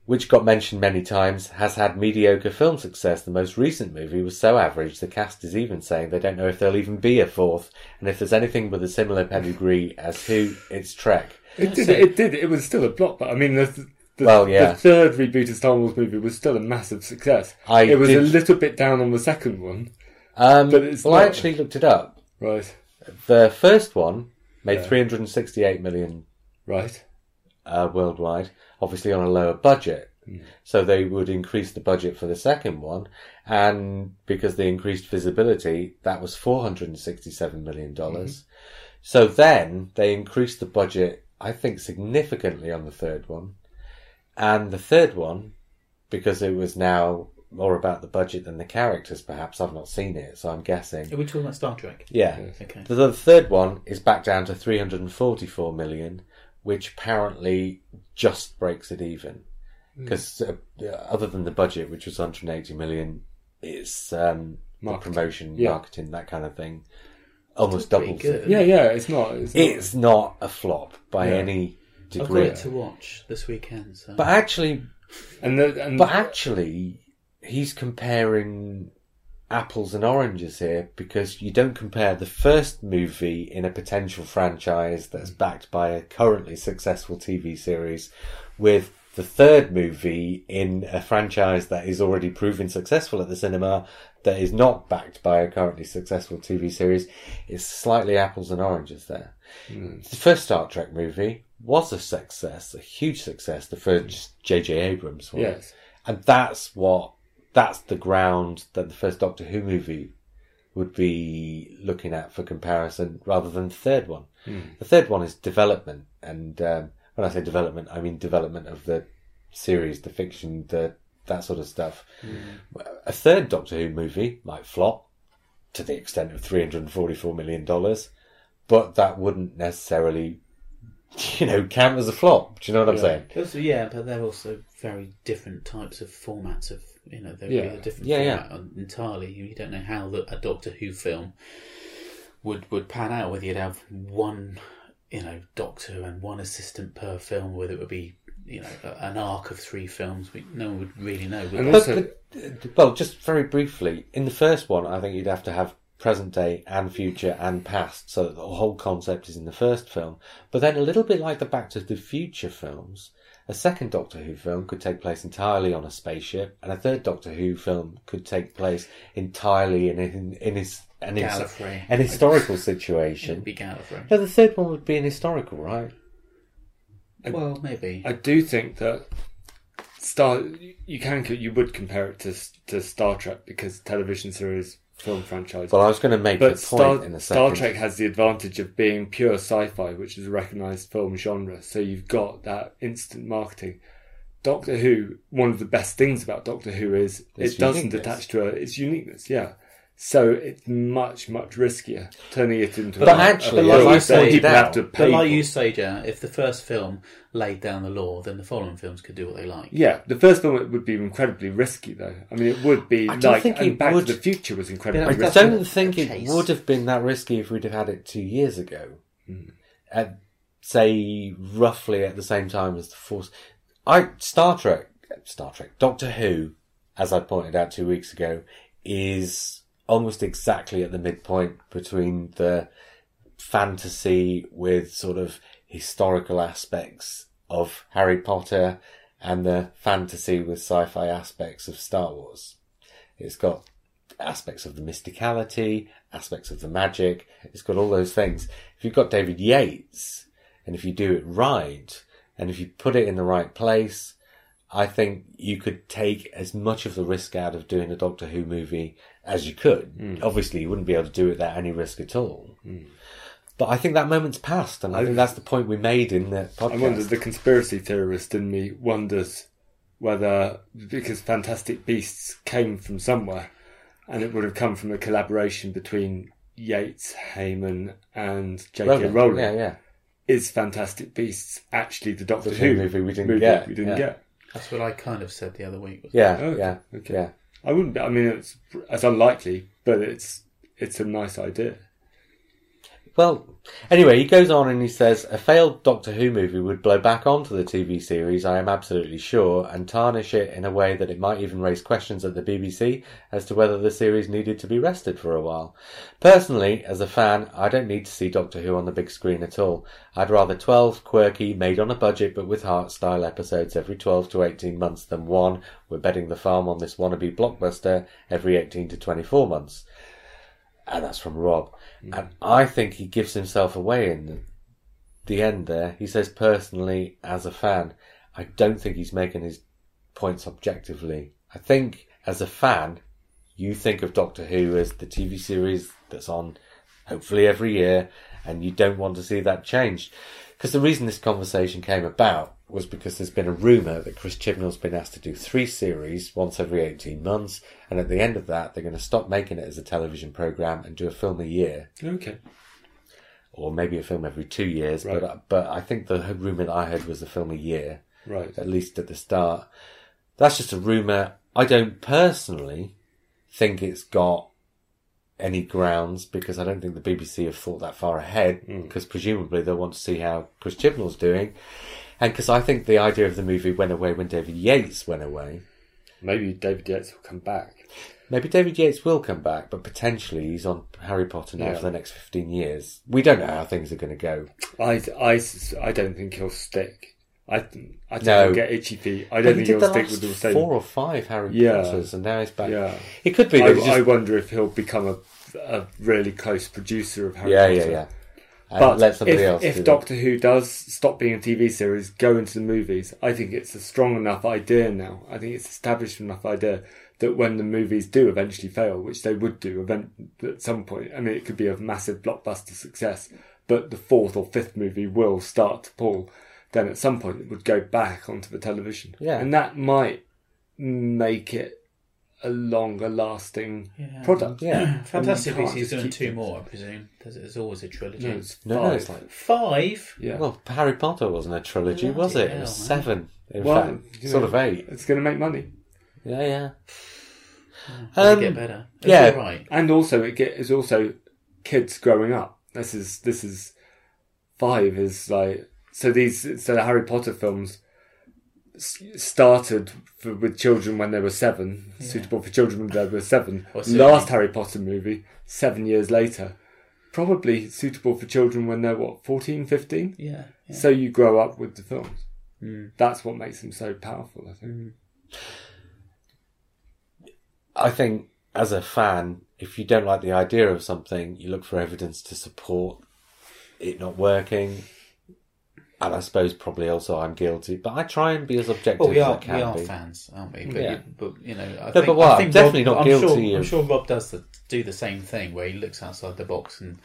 S1: which got mentioned many times, has had mediocre film success. The most recent movie was so average the cast is even saying they don't know if there'll even be a fourth, and if there's anything with a similar pedigree as Who, it's Trek.
S3: It did. It did. It was still a block, but I mean, the, the,
S1: Well, yeah.
S3: the third reboot of Star Wars movie was still a massive success.
S1: I
S3: it was a
S1: did-
S3: little bit down on the second one,
S1: Um,
S3: But it's
S1: well, I
S3: not.
S1: actually looked it up.
S3: right?
S1: The first one made
S3: Yeah.
S1: 368 million
S3: Right.
S1: uh, worldwide, obviously on a lower budget. So they would increase the budget for the second one, and because they increased visibility, that was four hundred and sixty-seven million dollars. So then they increased the budget, I think, significantly on the third one, and the third one, because it was now more about the budget than the characters. Perhaps I've not seen it, so I'm guessing.
S2: Are we talking about Star Trek?
S1: Yeah.
S2: Okay.
S1: The, the third one is back down to 344 million, which apparently just breaks it even.
S3: Hmm.
S1: Because uh, other than the budget, which was 180 million, it's um, the
S3: Marketing.
S1: promotion,
S3: Yeah.
S1: marketing, that kind of thing, almost
S2: pretty
S1: doubles
S2: good.
S1: it.
S3: Yeah, yeah, it's not. It's not.
S1: It's not a flop by
S3: Yeah.
S1: any
S2: I've got
S1: degree.
S2: it to watch this weekend. So.
S1: But actually,
S3: and the, and
S1: But actually, he's comparing apples and oranges here because you don't compare the first movie in a potential franchise that's backed by a currently successful TV series with the third movie in a franchise that is already proven successful at the cinema that is not backed by a currently successful TV series. It's slightly apples and oranges there. The first Star Trek movie was a success, a huge success, the first J.J. Abrams one
S3: yes,
S1: and that's what that's the ground that the first Doctor Who movie would be looking at for comparison, rather than the third one. The third one is development, and um, when I say development, I mean development of the series, the fiction, the that sort of stuff. A third Doctor Who movie might flop to the extent of three hundred and forty-four million dollars, but that wouldn't necessarily, you know, count as a flop. Do you know what I'm
S3: Yeah.
S1: saying?
S2: Those are- yeah, but they're also very different types of formats of you know they're
S3: Yeah.
S2: really a different
S1: Yeah, yeah.
S2: format entirely. You don't know how the, a Doctor Who film would would pan out whether you'd have one you know Doctor and one assistant per film, whether it would be you know a- an arc of three films. We, no one would really know. would
S3: And
S2: they?
S3: also-
S1: But, but, uh, well, just very briefly, in the first one, I think you'd have to have present day and future and past, so that the whole concept is in the first film. But then, a little bit like the Back to the Future films, a second Doctor Who film could take place entirely on a spaceship, and a third Doctor Who film could take place entirely in in, in his an, his-
S2: Gallifrey.
S1: an historical
S2: It'd
S1: situation.
S2: be Gallifrey.
S1: No, the third one would be an historical, right?
S2: Well, maybe.
S3: I do think that Star you can co- you would compare it to to Star Trek because television series film franchise.
S1: Well, I was going to make
S3: but
S1: the
S3: Star,
S1: point in a second.
S3: Star Trek has the advantage of being pure sci-fi, which is a recognised film genre. So you've got that instant marketing. Doctor Who, one of the best things about Doctor Who is
S1: Its
S3: it doesn't
S1: uniqueness.
S3: attach to a, its uniqueness. Yeah, so it's much much riskier turning it into.
S1: But
S3: a,
S1: actually,
S3: a
S2: as
S3: film
S2: I
S3: that
S2: say,
S3: people have to
S2: But
S3: pay
S2: like you
S3: for.
S2: say, Jan, if the first film laid down the law, then the following films could do what they like.
S3: Yeah, the first film would be incredibly risky, though. I mean, it would be
S1: I don't
S3: like
S1: think it
S3: and Back
S1: would.
S3: to the Future was
S2: Yeah,
S3: incredibly
S1: I
S2: That's
S3: risky.
S1: don't
S2: a-
S1: think
S2: a
S1: it
S2: chase.
S1: would have been that risky if we'd have had it two years ago. At say roughly at the same time as the Force. I Star Trek, Star Trek, Doctor Who, as I pointed out two weeks ago, is almost exactly at the midpoint between the fantasy with sort of historical aspects of Harry Potter and the fantasy with sci-fi aspects of Star Wars. It's got aspects of the mysticality, aspects of the magic. It's got all those things. If you've got David Yates, and if you do it right, and if you put it in the right place, I think you could take as much of the risk out of doing a Doctor Who movie as you could.
S3: Hmm.
S1: Obviously, you wouldn't be able to do it at any risk at all. But I think that moment's passed, and I, think that's the point we made in the
S3: I
S1: podcast.
S3: wonder, the conspiracy theorist in me wonders whether because Fantastic Beasts came from somewhere, and it would have come from a collaboration between Yates, Heyman, and J.K.
S1: Roland.
S3: Rowling.
S1: Yeah, yeah.
S3: Is Fantastic Beasts actually the Doctor
S1: The
S3: Who
S1: movie we didn't get,
S3: We didn't
S1: yeah.
S3: get.
S2: That's what I kind of said the other week. wasn't
S1: Yeah,
S3: Okay,
S1: yeah,
S3: Oh, okay.
S1: yeah.
S3: I wouldn't. be- I mean, it's it's unlikely, but it's it's a nice idea.
S1: Well, anyway, he goes on and he says a failed Doctor Who movie would blow back onto the TV series, I am absolutely sure, and tarnish it in a way that it might even raise questions at the BBC as to whether the series needed to be rested for a while. Personally, as a fan, I don't need to see Doctor Who on the big screen at all. I'd rather 12 quirky, made on a budget but with heart style episodes every 12 to 18 months than one, we're betting the farm on this wannabe blockbuster, every 18 to 24 months and that's from Rob. And I think he gives himself away in the, the end there. He says, personally, as a fan, I don't think he's making his points objectively. I think, as a fan, you think of Doctor Who as the TV series that's on hopefully every year, and you don't want to see that changed. Because the reason this conversation came about was because there's been a rumour that Chris Chibnall's been asked to do three series once every 18 months, and at the end of that, they're going to stop making it as a television programme and do a film a year
S3: Okay.
S1: or maybe a film every two years. But but I think the rumor that I heard was a film a year,
S2: Right.
S1: at least at the start. That's just a rumor. I don't personally think it's got any grounds because I don't think the BBC have thought that far ahead
S3: Hmm.
S1: because presumably they'll want to see how Chris Chibnall's doing. And because I think the idea of the movie went away when David Yates went away.
S3: Maybe David Yates will come back.
S1: Maybe David Yates will come back, but potentially he's on Harry Potter now
S3: Yeah.
S1: for the next 15 years. We don't know how things are going to go.
S3: I, I, sus- I don't think he'll stick. I, th- I think
S1: No.
S3: he'll get itchy feet. I
S1: But
S3: don't
S1: he
S3: think
S1: did
S3: he'll
S1: the
S3: stick
S1: last
S3: with the same.
S1: four or five Harry
S3: Yeah.
S1: Potters, and now he's back.
S3: Yeah.
S1: It could be.
S3: I,
S1: that he's
S3: I
S1: just-
S3: wonder if he'll become a, a really close producer of Harry
S1: yeah,
S3: Potter.
S1: yeah, yeah. And
S3: But
S1: let somebody
S3: if,
S1: else
S3: if
S1: do that.
S3: Doctor Who does stop being a TV series, go into the movies, I think it's a strong enough idea now. I think it's established enough idea that when the movies do eventually fail, which they would do event- at some point, I mean, it could be a massive blockbuster success, but the fourth or fifth movie will start to pull. Then at some point, it would go back onto the television.
S1: Yeah.
S3: And that might make it a longer lasting
S2: Yeah.
S3: product.
S1: Yeah.
S2: Fantastic
S3: And
S2: Beasts
S3: you
S2: is
S3: can't just
S2: doing
S3: keep
S2: two
S3: doing
S2: more, I presume. There's, there's always a trilogy.
S3: No, it's
S1: No, no,
S3: five.
S1: it's like-
S2: Five?
S3: yeah.
S1: Well, Harry Potter wasn't a trilogy, was it?
S2: Bloody
S1: It was
S2: hell, man.
S1: seven, in
S3: Well,
S1: fact.
S3: you
S1: Sort
S3: know,
S1: of eight.
S3: It's going to make money.
S1: Yeah, yeah.
S2: Does
S1: Um,
S2: it get better? Is
S1: yeah.
S2: it Right.
S3: and also it get, is also kids growing up. This is this is five is like so these so the Harry Potter films s- started for, with children when they were seven, suitable for children when they were seven.
S2: Or certainly-
S3: Last Harry Potter movie seven years later, probably suitable for children when they're what 14, 15?
S2: Yeah. yeah.
S3: So you grow up with the films. That's what makes them so powerful. I think.
S1: I think as a fan, if you don't like the idea of something, you look for evidence to support it not working. And I suppose probably also I'm guilty, but I try and be as objective
S2: Well, we
S1: as I
S2: are,
S1: can
S2: we are
S1: be.
S2: fans, aren't we? But,
S1: Yeah.
S2: you, but you know, I
S1: No,
S2: think,
S1: but what,
S2: I think
S1: definitely
S2: Rob,
S1: not
S2: I'm sure-
S1: guilty
S2: I'm
S1: of-
S2: sure Rob does the, do the same thing where he looks outside the box and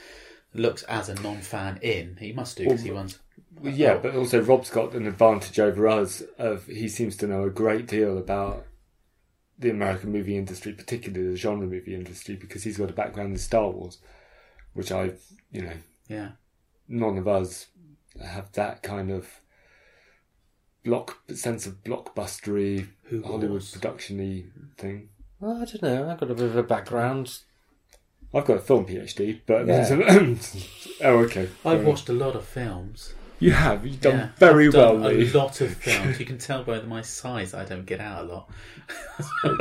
S2: looks as a non-fan in. He must do because he runs.
S3: Well, yeah, but also Rob's got an advantage over us. Of he seems to know a great deal about the American movie industry, particularly the genre movie industry, because he's got a background in Star Wars, which I, have you know,
S2: Yeah.
S3: none of us have that kind of block sense of blockbustery
S2: Who
S3: Hollywood
S2: was?
S3: production-y thing.
S1: Well, I don't know. I've got a bit of a background.
S3: I've got a film PhD, but
S1: Yeah.
S3: oh, okay.
S2: I've watched a lot of films.
S3: You have. You've done
S2: Yeah.
S3: very
S2: I've done
S3: well,
S2: A
S3: Lee.
S2: lot of films. You can tell by my size, I don't get out a lot.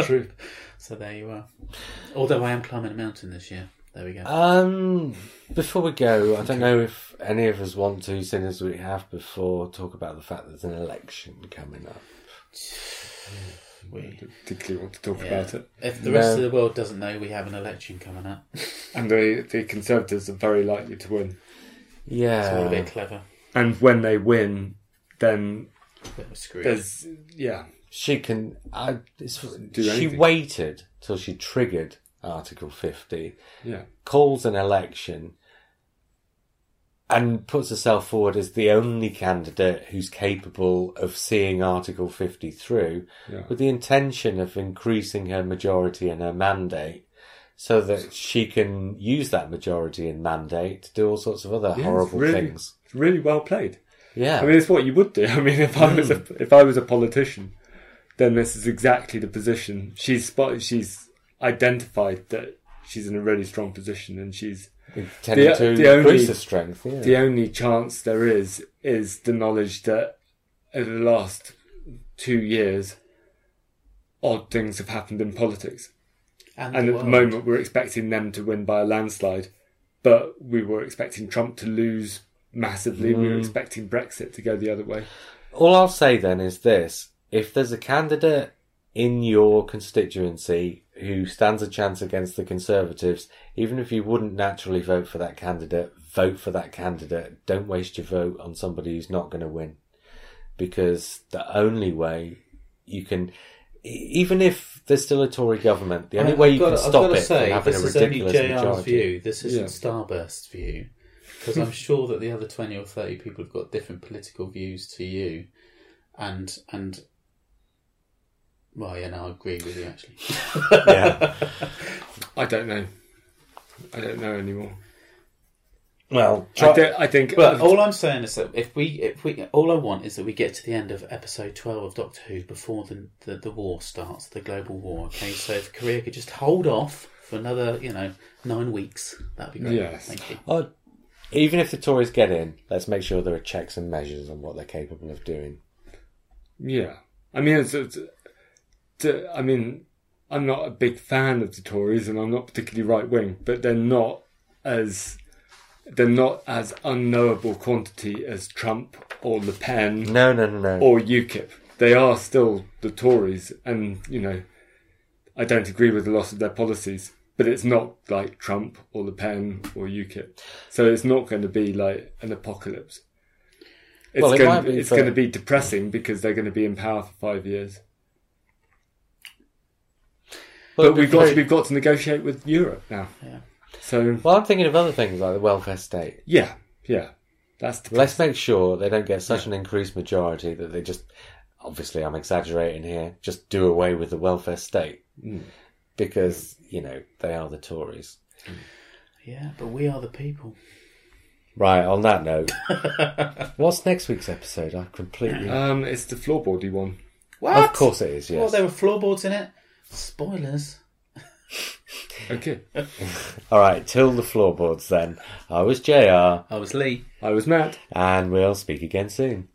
S3: True.
S2: So there you are. Although I am climbing a mountain this year. There we go.
S1: Um, before we go, I don't know if any of us want to, seeing as we have before, talk about the fact there's an election coming up.
S2: we,
S3: Particularly want to talk
S2: yeah.
S3: about it.
S2: If the rest
S1: No.
S2: of the world doesn't know, we have an election coming up.
S3: And the, the Conservatives are very likely to win.
S1: Yeah.
S2: It's all a bit clever.
S3: And when they win, then
S2: A bit of a screw.
S3: there's yeah.
S1: she can. I, it's,
S3: do
S1: she
S3: anything.
S1: waited till she triggered Article 50,
S3: Yeah.
S1: calls an election, and puts herself forward as the only candidate who's capable of seeing Article 50 through
S3: Yeah.
S1: with the intention of increasing her majority and her mandate. So that she can use that majority and mandate to do all sorts of other
S3: Yeah,
S1: horrible
S3: it's really,
S1: things.
S3: it's really well played.
S1: Yeah.
S3: I mean, it's what you would do. I mean, if I was a, if I was a politician, then this is exactly the position she's spot. She's identified that she's in a really strong position, and she's
S1: tending
S3: the-
S1: to
S3: the only-
S1: increase her strength. Yeah.
S3: the only chance there is is the knowledge that over the last two years, odd things have happened in politics. And at the
S2: world.
S3: moment, we're expecting them to win by a landslide, but we were expecting Trump to lose massively. We were expecting Brexit to go the other way.
S1: All I'll say then is this if there's a candidate in your constituency who stands a chance against the Conservatives, even if you wouldn't naturally vote for that candidate, vote for that candidate. Don't waste your vote on somebody who's not going to win. Because the only way you can, e- even if there's still a Tory government, the only
S2: I've
S1: way you
S2: got-
S1: can
S2: I've
S1: stop
S2: gotta
S1: it from having a
S2: this
S1: ridiculous
S2: is only JR's
S1: majority.
S2: view. This isn't
S3: Yeah.
S2: Starburst's view, because I'm sure that the other twenty or thirty people have got different political views to you, and and well, yeah, no, I agree with you actually.
S1: Yeah.
S3: I don't know. I don't know anymore.
S1: Well,
S3: I, don't, I think. uh,
S2: But all I'm saying is that if we, if we, all I want is that we get to the end of episode twelve of Doctor Who before the the, the war starts, the global war. Okay, so if Korea could just hold off for another, you know, nine weeks, that'd be great.
S3: Yes.
S2: Thank you.
S1: Uh, even if the Tories get in, let's make sure there are checks and measures on what they're capable of doing.
S3: yeah, I mean, it's, it's, t- I mean, I'm not a big fan of the Tories, and I'm not particularly right wing, but they're not as they're not as unknowable quantity as Trump or Le Pen
S1: No, no, no, no.
S3: or UKIP. They are still the Tories, and you know, I don't agree with a lot of their policies, but it's not like Trump or Le Pen or UKIP. So it's not going to be like an apocalypse. It's
S1: Well, it
S3: going
S1: might
S3: to,
S1: be
S3: it's
S1: for-
S3: going to be depressing because they're going to be in power for five years. But we've got to, we've got to negotiate with Europe now.
S2: Yeah.
S3: So
S1: Well, I'm thinking of other things like the welfare state.
S3: yeah, yeah, that's the
S1: Let's make sure they don't get such an increased majority that they just, obviously, I'm exaggerating here, just do away with the welfare state.
S2: Hmm.
S1: Because, you know, they are the Tories.
S2: Yeah, but we are the people.
S1: Right, on that note, what's next week's episode? I completely.
S3: um, it's the floorboardy one.
S2: Uh, What?
S1: Of course it is, yes.
S2: Well, there were floorboards in it. Spoilers.
S3: Okay,
S1: All right, till the floorboards then. I was JR,
S2: I was Lee.
S3: I was mad.
S1: and we'll speak again soon.